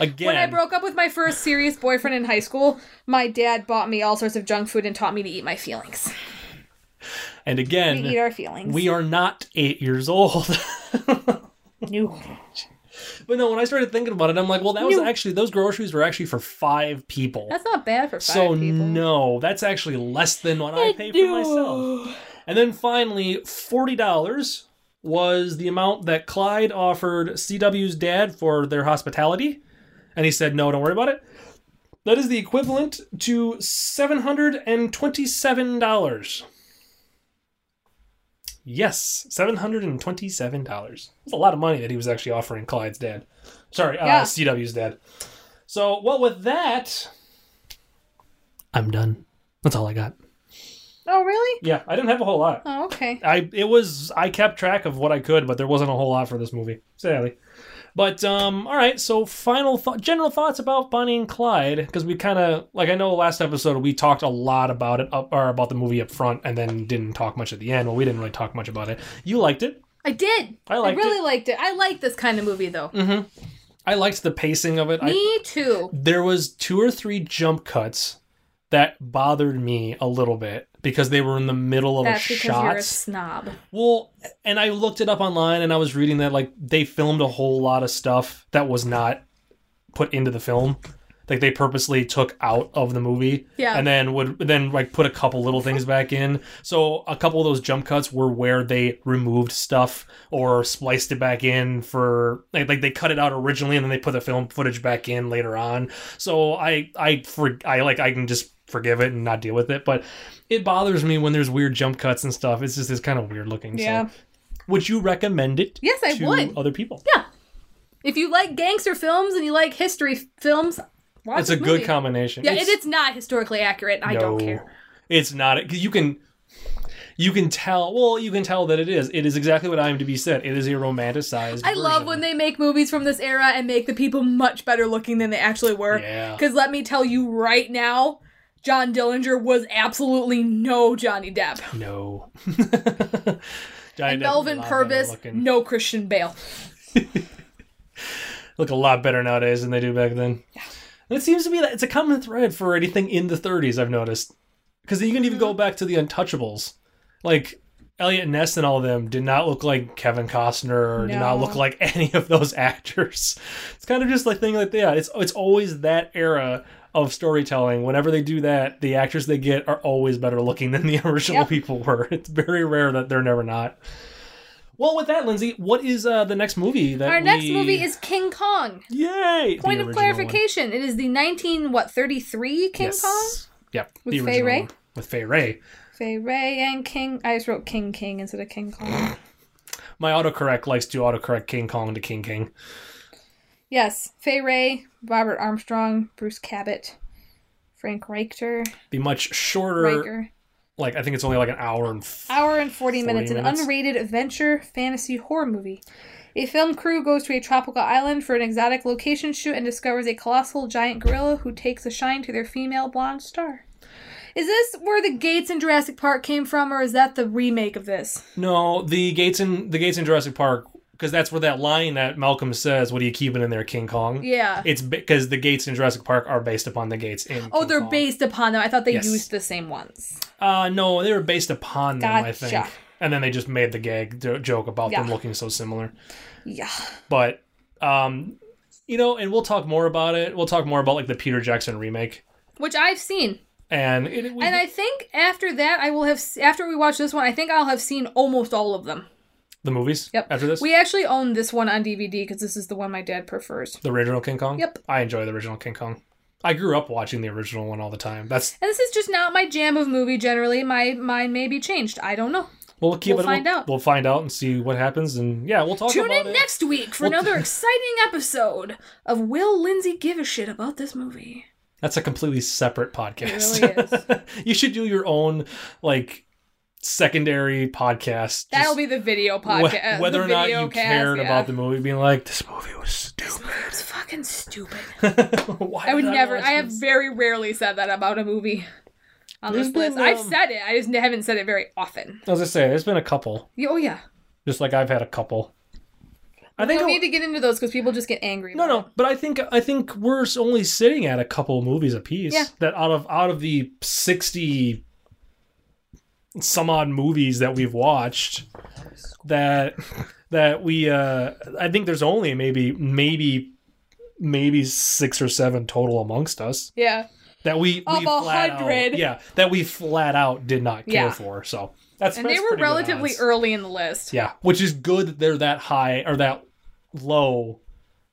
[SPEAKER 4] Again,
[SPEAKER 3] When I broke up with my first serious boyfriend in high school, my dad bought me all sorts of junk food and taught me to eat my feelings.
[SPEAKER 4] And
[SPEAKER 5] We eat
[SPEAKER 4] again,
[SPEAKER 5] our feelings.
[SPEAKER 4] we are not eight years old. *laughs*
[SPEAKER 5] No.
[SPEAKER 4] But no, when I started thinking about it, I'm like, well, that was
[SPEAKER 5] No.
[SPEAKER 4] actually those groceries were actually for five people.
[SPEAKER 3] That's not bad for five
[SPEAKER 4] so
[SPEAKER 3] people.
[SPEAKER 4] no, that's actually less than what I pay for myself. And then finally, forty dollars was the amount that Clyde offered CW's dad for their hospitality, and he said, "No, don't worry about it." That is the equivalent to seven hundred and twenty-seven dollars. Yes, seven hundred and twenty-seven dollars. That's a lot of money that he was actually offering Clyde's dad. Sorry,
[SPEAKER 5] Yeah.
[SPEAKER 4] uh, CW's dad. So, well, with that, I'm done. That's all I got.
[SPEAKER 5] Oh, really?
[SPEAKER 4] Yeah, I didn't have a whole lot.
[SPEAKER 5] Oh, okay.
[SPEAKER 4] I it was I kept track of what I could, but there wasn't a whole lot for this movie, sadly. But um, all right. So final thought, general thoughts about Bonnie and Clyde, because we kind of like I know last episode we talked a lot about it up or about the movie up front, and then didn't talk much at the end. Well, we didn't really talk much about it. You liked it.
[SPEAKER 3] I did.
[SPEAKER 4] I liked Mm.
[SPEAKER 3] really liked it. I like this kind of movie though.
[SPEAKER 4] I liked the pacing of it. I,
[SPEAKER 3] Me too.
[SPEAKER 4] there was two or three jump cuts that bothered me a little bit because they were in the middle of
[SPEAKER 3] That's
[SPEAKER 4] a
[SPEAKER 3] because
[SPEAKER 4] shot.
[SPEAKER 3] you're a snob.
[SPEAKER 4] Well, and I looked it up online and I was reading that like they filmed a whole lot of stuff that was not put into the film. Like they purposely took out of the movie.
[SPEAKER 3] Yeah.
[SPEAKER 4] And then would then like put a couple little things back in. So a couple of those jump cuts were where they removed stuff or spliced it back in for like, like they cut it out originally and then they put the film footage back in later on. So I I for, I like I can just forgive it and not deal with it, but it bothers me when there's weird jump cuts and stuff. It's just it's kind of weird looking.
[SPEAKER 5] Yeah.
[SPEAKER 4] So would you recommend it?
[SPEAKER 3] Yes, I
[SPEAKER 4] to
[SPEAKER 3] would.
[SPEAKER 4] Other people.
[SPEAKER 3] If you like gangster films and you like history f- films, watch
[SPEAKER 4] It's a
[SPEAKER 3] this
[SPEAKER 4] good
[SPEAKER 3] movie.
[SPEAKER 4] combination.
[SPEAKER 3] Yeah, it's, it's not historically accurate. I don't care.
[SPEAKER 4] It's not. 'cause You can, you can tell. Well, you can tell that it is. It is exactly what IMDb said. It is a romanticized.
[SPEAKER 3] I love when they make movies from this era and make the people much better looking than they actually were.
[SPEAKER 4] Yeah.
[SPEAKER 3] Because let me tell you right now, John Dillinger was absolutely no Johnny Depp.
[SPEAKER 4] No. *laughs*
[SPEAKER 3] And Melvin Purvis,
[SPEAKER 4] looking,
[SPEAKER 3] no Christian Bale.
[SPEAKER 4] look a lot better nowadays than they do back then. Yeah. It seems to me that it's a common thread for anything in the 30s. I've noticed because you can even go back to the Untouchables, like. Elliot Ness and all of them did not look like Kevin Costner, or did not
[SPEAKER 5] No.
[SPEAKER 4] look like *laughs* any of those actors. It's kind of just like thing like that. It's it's always that era of storytelling. Whenever they do that, the actors they get are always better looking than the *laughs* original
[SPEAKER 5] Yep.
[SPEAKER 4] people were. It's very rare that they're never not. Well, with that, Lindsay, what is uh, the next movie that
[SPEAKER 3] Our next
[SPEAKER 4] we-
[SPEAKER 3] movie is King Kong.
[SPEAKER 4] Yay! The
[SPEAKER 3] Point
[SPEAKER 4] original
[SPEAKER 3] of clarification: It is the nineteen what thirty three
[SPEAKER 4] one.
[SPEAKER 3] King Kong.
[SPEAKER 4] Yep.
[SPEAKER 5] With
[SPEAKER 4] the
[SPEAKER 5] Fay
[SPEAKER 4] original
[SPEAKER 5] Wray?
[SPEAKER 4] one. With Fay Ray.
[SPEAKER 5] Fay Ray and King. I just wrote King King instead of King Kong.
[SPEAKER 4] My autocorrect likes to autocorrect King Kong to King King.
[SPEAKER 5] Yes, Fay Ray, Robert Armstrong, Bruce Cabot, Frank Reichter,
[SPEAKER 4] The much shorter,
[SPEAKER 5] Riker.
[SPEAKER 4] like I think it's only like an hour and f-
[SPEAKER 5] Hour and 40 minutes,
[SPEAKER 4] 40
[SPEAKER 5] an
[SPEAKER 4] minutes.
[SPEAKER 5] unrated adventure fantasy horror movie. A film crew goes to a tropical island for an exotic location shoot and discovers a colossal giant gorilla who takes a shine to their female blonde star.
[SPEAKER 3] Is this where the gates in Jurassic Park came from, or is that the remake of this?
[SPEAKER 4] No, the gates in the gates in Jurassic Park because that's where that line that Malcolm says, "What are you keeping in there, King Kong?"
[SPEAKER 3] Yeah.
[SPEAKER 4] It's because the gates in Jurassic Park are based upon the gates in.
[SPEAKER 3] oh,
[SPEAKER 4] King
[SPEAKER 3] they're
[SPEAKER 4] Kong.
[SPEAKER 3] based upon them. I thought they
[SPEAKER 4] Yes.
[SPEAKER 3] used the same ones.
[SPEAKER 4] Uh, no, they were based upon them, I think.
[SPEAKER 5] Gotcha.
[SPEAKER 4] And then they just made the gag jo- joke about them
[SPEAKER 5] Yeah.
[SPEAKER 4] looking so similar.
[SPEAKER 5] Yeah.
[SPEAKER 4] But, um, you know, and we'll talk more about it. We'll talk more about like the Peter Jackson remake.
[SPEAKER 3] Which I've seen,
[SPEAKER 4] And it, we,
[SPEAKER 3] and I think after that, I will have. s- After we watch this one, I think I'll have seen almost all of them.
[SPEAKER 4] the movies.
[SPEAKER 5] Yep.
[SPEAKER 4] After this,
[SPEAKER 5] We actually own this one on DVD because this is the one my dad prefers.
[SPEAKER 4] the original King Kong.
[SPEAKER 5] Yep.
[SPEAKER 4] I enjoy the original King Kong. I grew up watching the original one all the time. That's
[SPEAKER 3] And this is just not my jam of movie. Generally, my mind may be changed. I don't know.
[SPEAKER 4] We'll keep
[SPEAKER 3] We'll
[SPEAKER 4] it.
[SPEAKER 3] find
[SPEAKER 4] we'll,
[SPEAKER 3] out.
[SPEAKER 4] We'll find out and see what happens, and yeah, we'll talk
[SPEAKER 3] Tune in
[SPEAKER 4] about it.
[SPEAKER 3] next week for
[SPEAKER 4] We'll- *laughs*
[SPEAKER 3] another exciting episode of Will Lindsay Give a Shit About This Movie?
[SPEAKER 4] That's a completely separate podcast.
[SPEAKER 3] *laughs*
[SPEAKER 5] really
[SPEAKER 4] *laughs* you should do your own like secondary podcast.
[SPEAKER 5] That'll
[SPEAKER 4] Just
[SPEAKER 5] be the video
[SPEAKER 4] wh-
[SPEAKER 5] podcast.
[SPEAKER 4] whether
[SPEAKER 5] the
[SPEAKER 3] uh,
[SPEAKER 4] or not
[SPEAKER 5] video
[SPEAKER 4] you
[SPEAKER 5] cast,
[SPEAKER 4] cared
[SPEAKER 5] yeah.
[SPEAKER 4] about the movie, being like, this movie was stupid. *laughs*
[SPEAKER 3] It's fucking stupid.
[SPEAKER 4] Why
[SPEAKER 5] I would
[SPEAKER 4] did
[SPEAKER 5] never.
[SPEAKER 4] watch
[SPEAKER 5] I have
[SPEAKER 4] this?
[SPEAKER 5] very rarely said that about a movie on
[SPEAKER 4] There's
[SPEAKER 5] this list.
[SPEAKER 4] been,
[SPEAKER 5] I've
[SPEAKER 4] um,
[SPEAKER 5] said it. I just haven't said it very often.
[SPEAKER 4] As I say, there's been a couple,
[SPEAKER 5] Yeah, Oh yeah.
[SPEAKER 4] just like I've had a couple. I
[SPEAKER 5] We
[SPEAKER 4] think
[SPEAKER 5] don't
[SPEAKER 4] I-
[SPEAKER 5] need to get into those because people just get angry.
[SPEAKER 4] No,
[SPEAKER 5] about
[SPEAKER 4] no, but I think I think we're only sitting at a couple movies apiece.
[SPEAKER 5] Yeah.
[SPEAKER 4] That out of out of the sixty some odd movies that we've watched that that we uh I think there's only maybe maybe maybe six or seven total amongst us
[SPEAKER 3] Yeah.
[SPEAKER 4] that we
[SPEAKER 3] Of
[SPEAKER 4] we
[SPEAKER 3] a
[SPEAKER 4] flat out-
[SPEAKER 3] hundred.
[SPEAKER 4] yeah that we flat out did not care
[SPEAKER 3] Yeah.
[SPEAKER 4] for so that's
[SPEAKER 3] And
[SPEAKER 4] that's
[SPEAKER 3] they were
[SPEAKER 4] pretty good
[SPEAKER 3] relatively
[SPEAKER 4] odds.
[SPEAKER 3] early in the list.
[SPEAKER 4] yeah which is good that they're that high or that low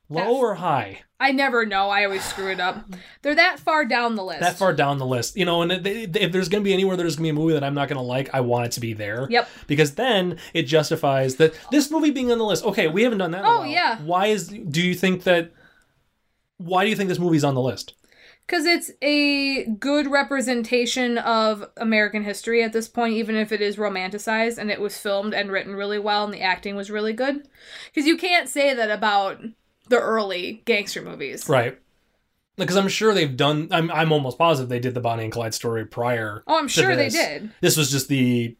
[SPEAKER 4] low
[SPEAKER 3] That-
[SPEAKER 4] or high
[SPEAKER 3] I never know. I always screw it up.
[SPEAKER 4] Mm-hmm.
[SPEAKER 3] They're that far down the list.
[SPEAKER 4] that far down the list you know and it- it- if there's gonna be anywhere there's gonna be a movie that i'm not gonna like i want it to be there
[SPEAKER 3] Yep.
[SPEAKER 4] because then it justifies that this movie being on the list okay we haven't done that in a
[SPEAKER 3] Oh,
[SPEAKER 4] while.
[SPEAKER 3] yeah.
[SPEAKER 4] why is do you think that why do you think this movie's on the list
[SPEAKER 3] Because it's a good representation of American history at this point, even if it is romanticized and it was filmed and written really well and the acting was really good. Because you can't say that about the early gangster movies.
[SPEAKER 4] right because i'm sure they've done i'm, I'm almost positive they did the bonnie and clyde story prior
[SPEAKER 3] Oh, I'm
[SPEAKER 4] to
[SPEAKER 3] sure they
[SPEAKER 4] this.
[SPEAKER 3] did.
[SPEAKER 4] this was just the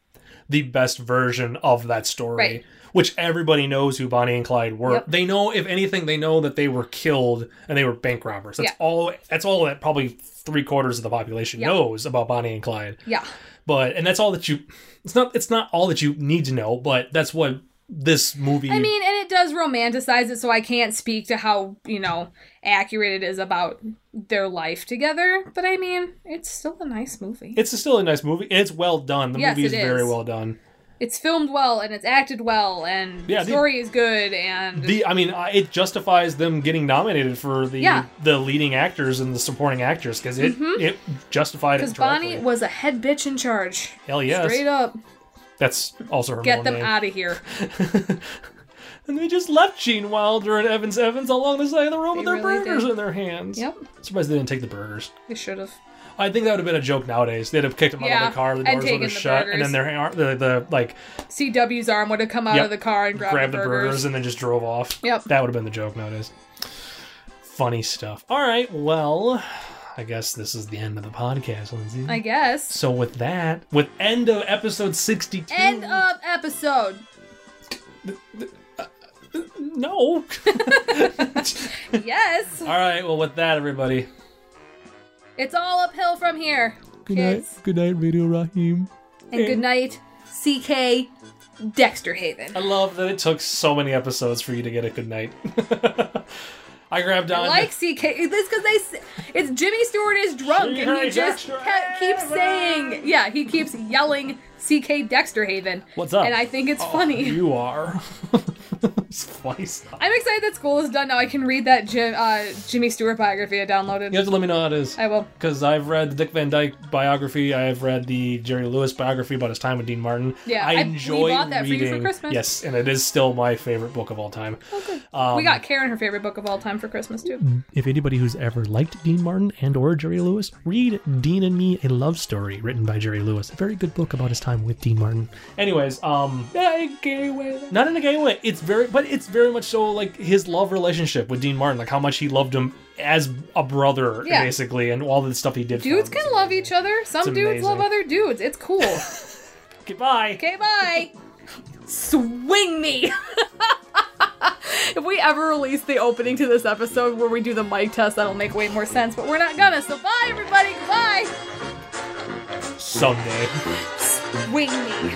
[SPEAKER 4] the best version of that story
[SPEAKER 3] Right.
[SPEAKER 4] which everybody knows who bonnie and clyde were
[SPEAKER 3] Yep.
[SPEAKER 4] they know if anything they know that they were killed and they were bank robbers that's
[SPEAKER 3] Yeah.
[SPEAKER 4] all that's all that probably three quarters of the population
[SPEAKER 3] Yep.
[SPEAKER 4] knows about bonnie and clyde
[SPEAKER 3] Yeah.
[SPEAKER 4] but and that's all that you it's not it's not all that you need to know but that's what this movie
[SPEAKER 3] I mean, and it does romanticize it, so I can't speak to how, you know, accurate it is about their life together. But I mean, it's still a nice movie.
[SPEAKER 4] it's still a nice movie it's well done the
[SPEAKER 3] Yes,
[SPEAKER 4] movie is,
[SPEAKER 3] it
[SPEAKER 4] very
[SPEAKER 3] is.
[SPEAKER 4] well done
[SPEAKER 3] it's filmed well and it's acted well and
[SPEAKER 4] Yeah,
[SPEAKER 3] the
[SPEAKER 4] the-
[SPEAKER 3] story is good and
[SPEAKER 4] the i mean I- it justifies them getting nominated for the
[SPEAKER 3] Yeah.
[SPEAKER 4] the leading actors and the supporting actors because it it justified
[SPEAKER 3] because
[SPEAKER 4] it
[SPEAKER 3] Bonnie
[SPEAKER 4] directly.
[SPEAKER 3] was a head bitch in charge.
[SPEAKER 4] hell yes
[SPEAKER 3] Straight up,
[SPEAKER 4] that's also her
[SPEAKER 3] get
[SPEAKER 4] middle
[SPEAKER 3] them
[SPEAKER 4] name.
[SPEAKER 3] out of here.
[SPEAKER 4] and they just left gene wilder and evans evans along the side of the road with
[SPEAKER 3] They
[SPEAKER 4] their
[SPEAKER 3] really
[SPEAKER 4] burgers
[SPEAKER 3] did.
[SPEAKER 4] in their hands
[SPEAKER 3] Yep,
[SPEAKER 4] surprised they didn't take the burgers
[SPEAKER 3] they should have.
[SPEAKER 4] I think that would have been a joke nowadays. They'd have kicked them out
[SPEAKER 3] Yeah,
[SPEAKER 4] of the car, the
[SPEAKER 3] and
[SPEAKER 4] doors would
[SPEAKER 3] taken
[SPEAKER 4] have
[SPEAKER 3] the
[SPEAKER 4] shut, and
[SPEAKER 3] burgers.
[SPEAKER 4] then their ar- the, the like
[SPEAKER 3] CW's arm would have come out
[SPEAKER 4] Yep.
[SPEAKER 3] of the car and grabbed,
[SPEAKER 4] grabbed
[SPEAKER 3] the
[SPEAKER 4] the burgers. and then just drove off.
[SPEAKER 3] Yep.
[SPEAKER 4] that would have been the joke nowadays. Funny stuff. All right, well, I guess this is the end of the podcast, Lindsay.
[SPEAKER 3] I guess.
[SPEAKER 4] so with that, with end of episode sixty-two.
[SPEAKER 3] End of episode.
[SPEAKER 4] no. *laughs*
[SPEAKER 3] Yes,
[SPEAKER 4] All right, well, with that, everybody.
[SPEAKER 3] it's all uphill from here. kids.
[SPEAKER 4] Good night, Radio Rahim.
[SPEAKER 3] And good night, CK Dexter Haven.
[SPEAKER 4] I love that it took so many episodes for you to get a good night. *laughs* I grabbed on.
[SPEAKER 3] I like CK. It's because they. s- It's Jimmy Stewart is drunk, and he
[SPEAKER 4] CK
[SPEAKER 3] just
[SPEAKER 4] Dexter
[SPEAKER 3] kept, keeps
[SPEAKER 4] Haven!
[SPEAKER 3] saying, yeah, he keeps yelling CK Dexter Haven.
[SPEAKER 4] What's up? Oh,
[SPEAKER 3] And I think it's funny.
[SPEAKER 4] You are. *laughs* it's funny stuff.
[SPEAKER 3] *laughs* I'm excited that school is done now. I can read that Jim, uh, Jimmy Stewart biography I downloaded.
[SPEAKER 4] You have to let me know how it is.
[SPEAKER 3] I will.
[SPEAKER 4] Because I've read the Dick Van Dyke biography, I've read the Jerry Lewis biography about his time with Dean Martin.
[SPEAKER 3] Yeah,
[SPEAKER 4] I
[SPEAKER 3] I- we
[SPEAKER 4] enjoy
[SPEAKER 3] bought that for you
[SPEAKER 4] reading.
[SPEAKER 3] for Christmas.
[SPEAKER 4] Yes, and it is still my favorite book of all time. Um,
[SPEAKER 3] we got Karen her favorite book of all time for Christmas
[SPEAKER 4] *laughs*
[SPEAKER 3] too.
[SPEAKER 4] if anybody who's ever liked Dean Martin and or Jerry Lewis, read Dean and Me: A Love Story, written by Jerry Lewis. A very good book about his time with Dean Martin. Anyways, um, not in a gay way. Not in a gay way. It's very, but it's very much so like his love relationship with Dean Martin, like how much he loved him as a brother,
[SPEAKER 3] Yeah.
[SPEAKER 4] basically, and all the stuff he did. for
[SPEAKER 3] Dudes
[SPEAKER 4] him.
[SPEAKER 3] can love each other. Some dudes love
[SPEAKER 4] amazing.
[SPEAKER 3] other dudes. It's cool.
[SPEAKER 4] *laughs* Goodbye.
[SPEAKER 3] Okay, bye. Swing me. if we ever release the opening to this episode where we do the mic test, that'll make way more sense, but we're not gonna. So bye, everybody. Bye.
[SPEAKER 4] Someday.
[SPEAKER 3] Swing me.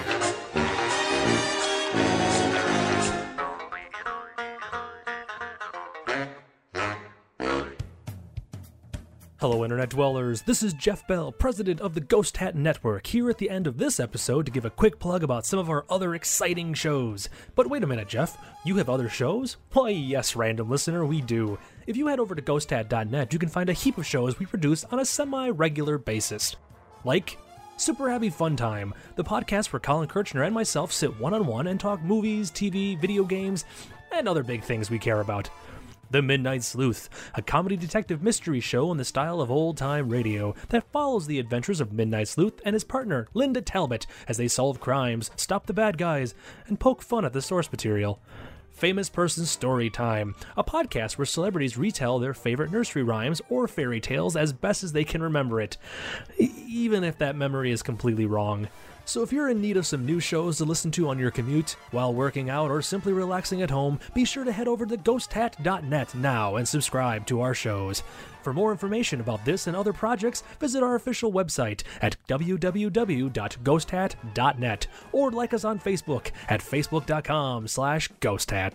[SPEAKER 4] Hello, Internet Dwellers. This is Jeff Bell, president of the Ghost Hat Network, here at the end of this episode to give a quick plug about some of our other exciting shows. But wait a minute, Jeff. You have other shows? Why, yes, random listener, we do. If you head over to ghosthat.net, you can find a heap of shows we produce on a semi regular basis. Like Super Happy Fun Time, the podcast where Colin Kirchner and myself sit one on one and talk movies, TV, video games, and other big things we care about. The Midnight Sleuth, a comedy detective mystery show in the style of old time radio that follows the adventures of Midnight Sleuth and his partner, Linda Talbot, as they solve crimes, stop the bad guys, and poke fun at the source material. Famous Person Story Time, a podcast where celebrities retell their favorite nursery rhymes or fairy tales as best as they can remember it, e- even if that memory is completely wrong. So if you're in need of some new shows to listen to on your commute, while working out, or simply relaxing at home, be sure to head over to ghosthat.net now and subscribe to our shows. For more information about this and other projects, visit our official website at www.ghosthat.net or like us on Facebook at facebook.com slash ghosthat.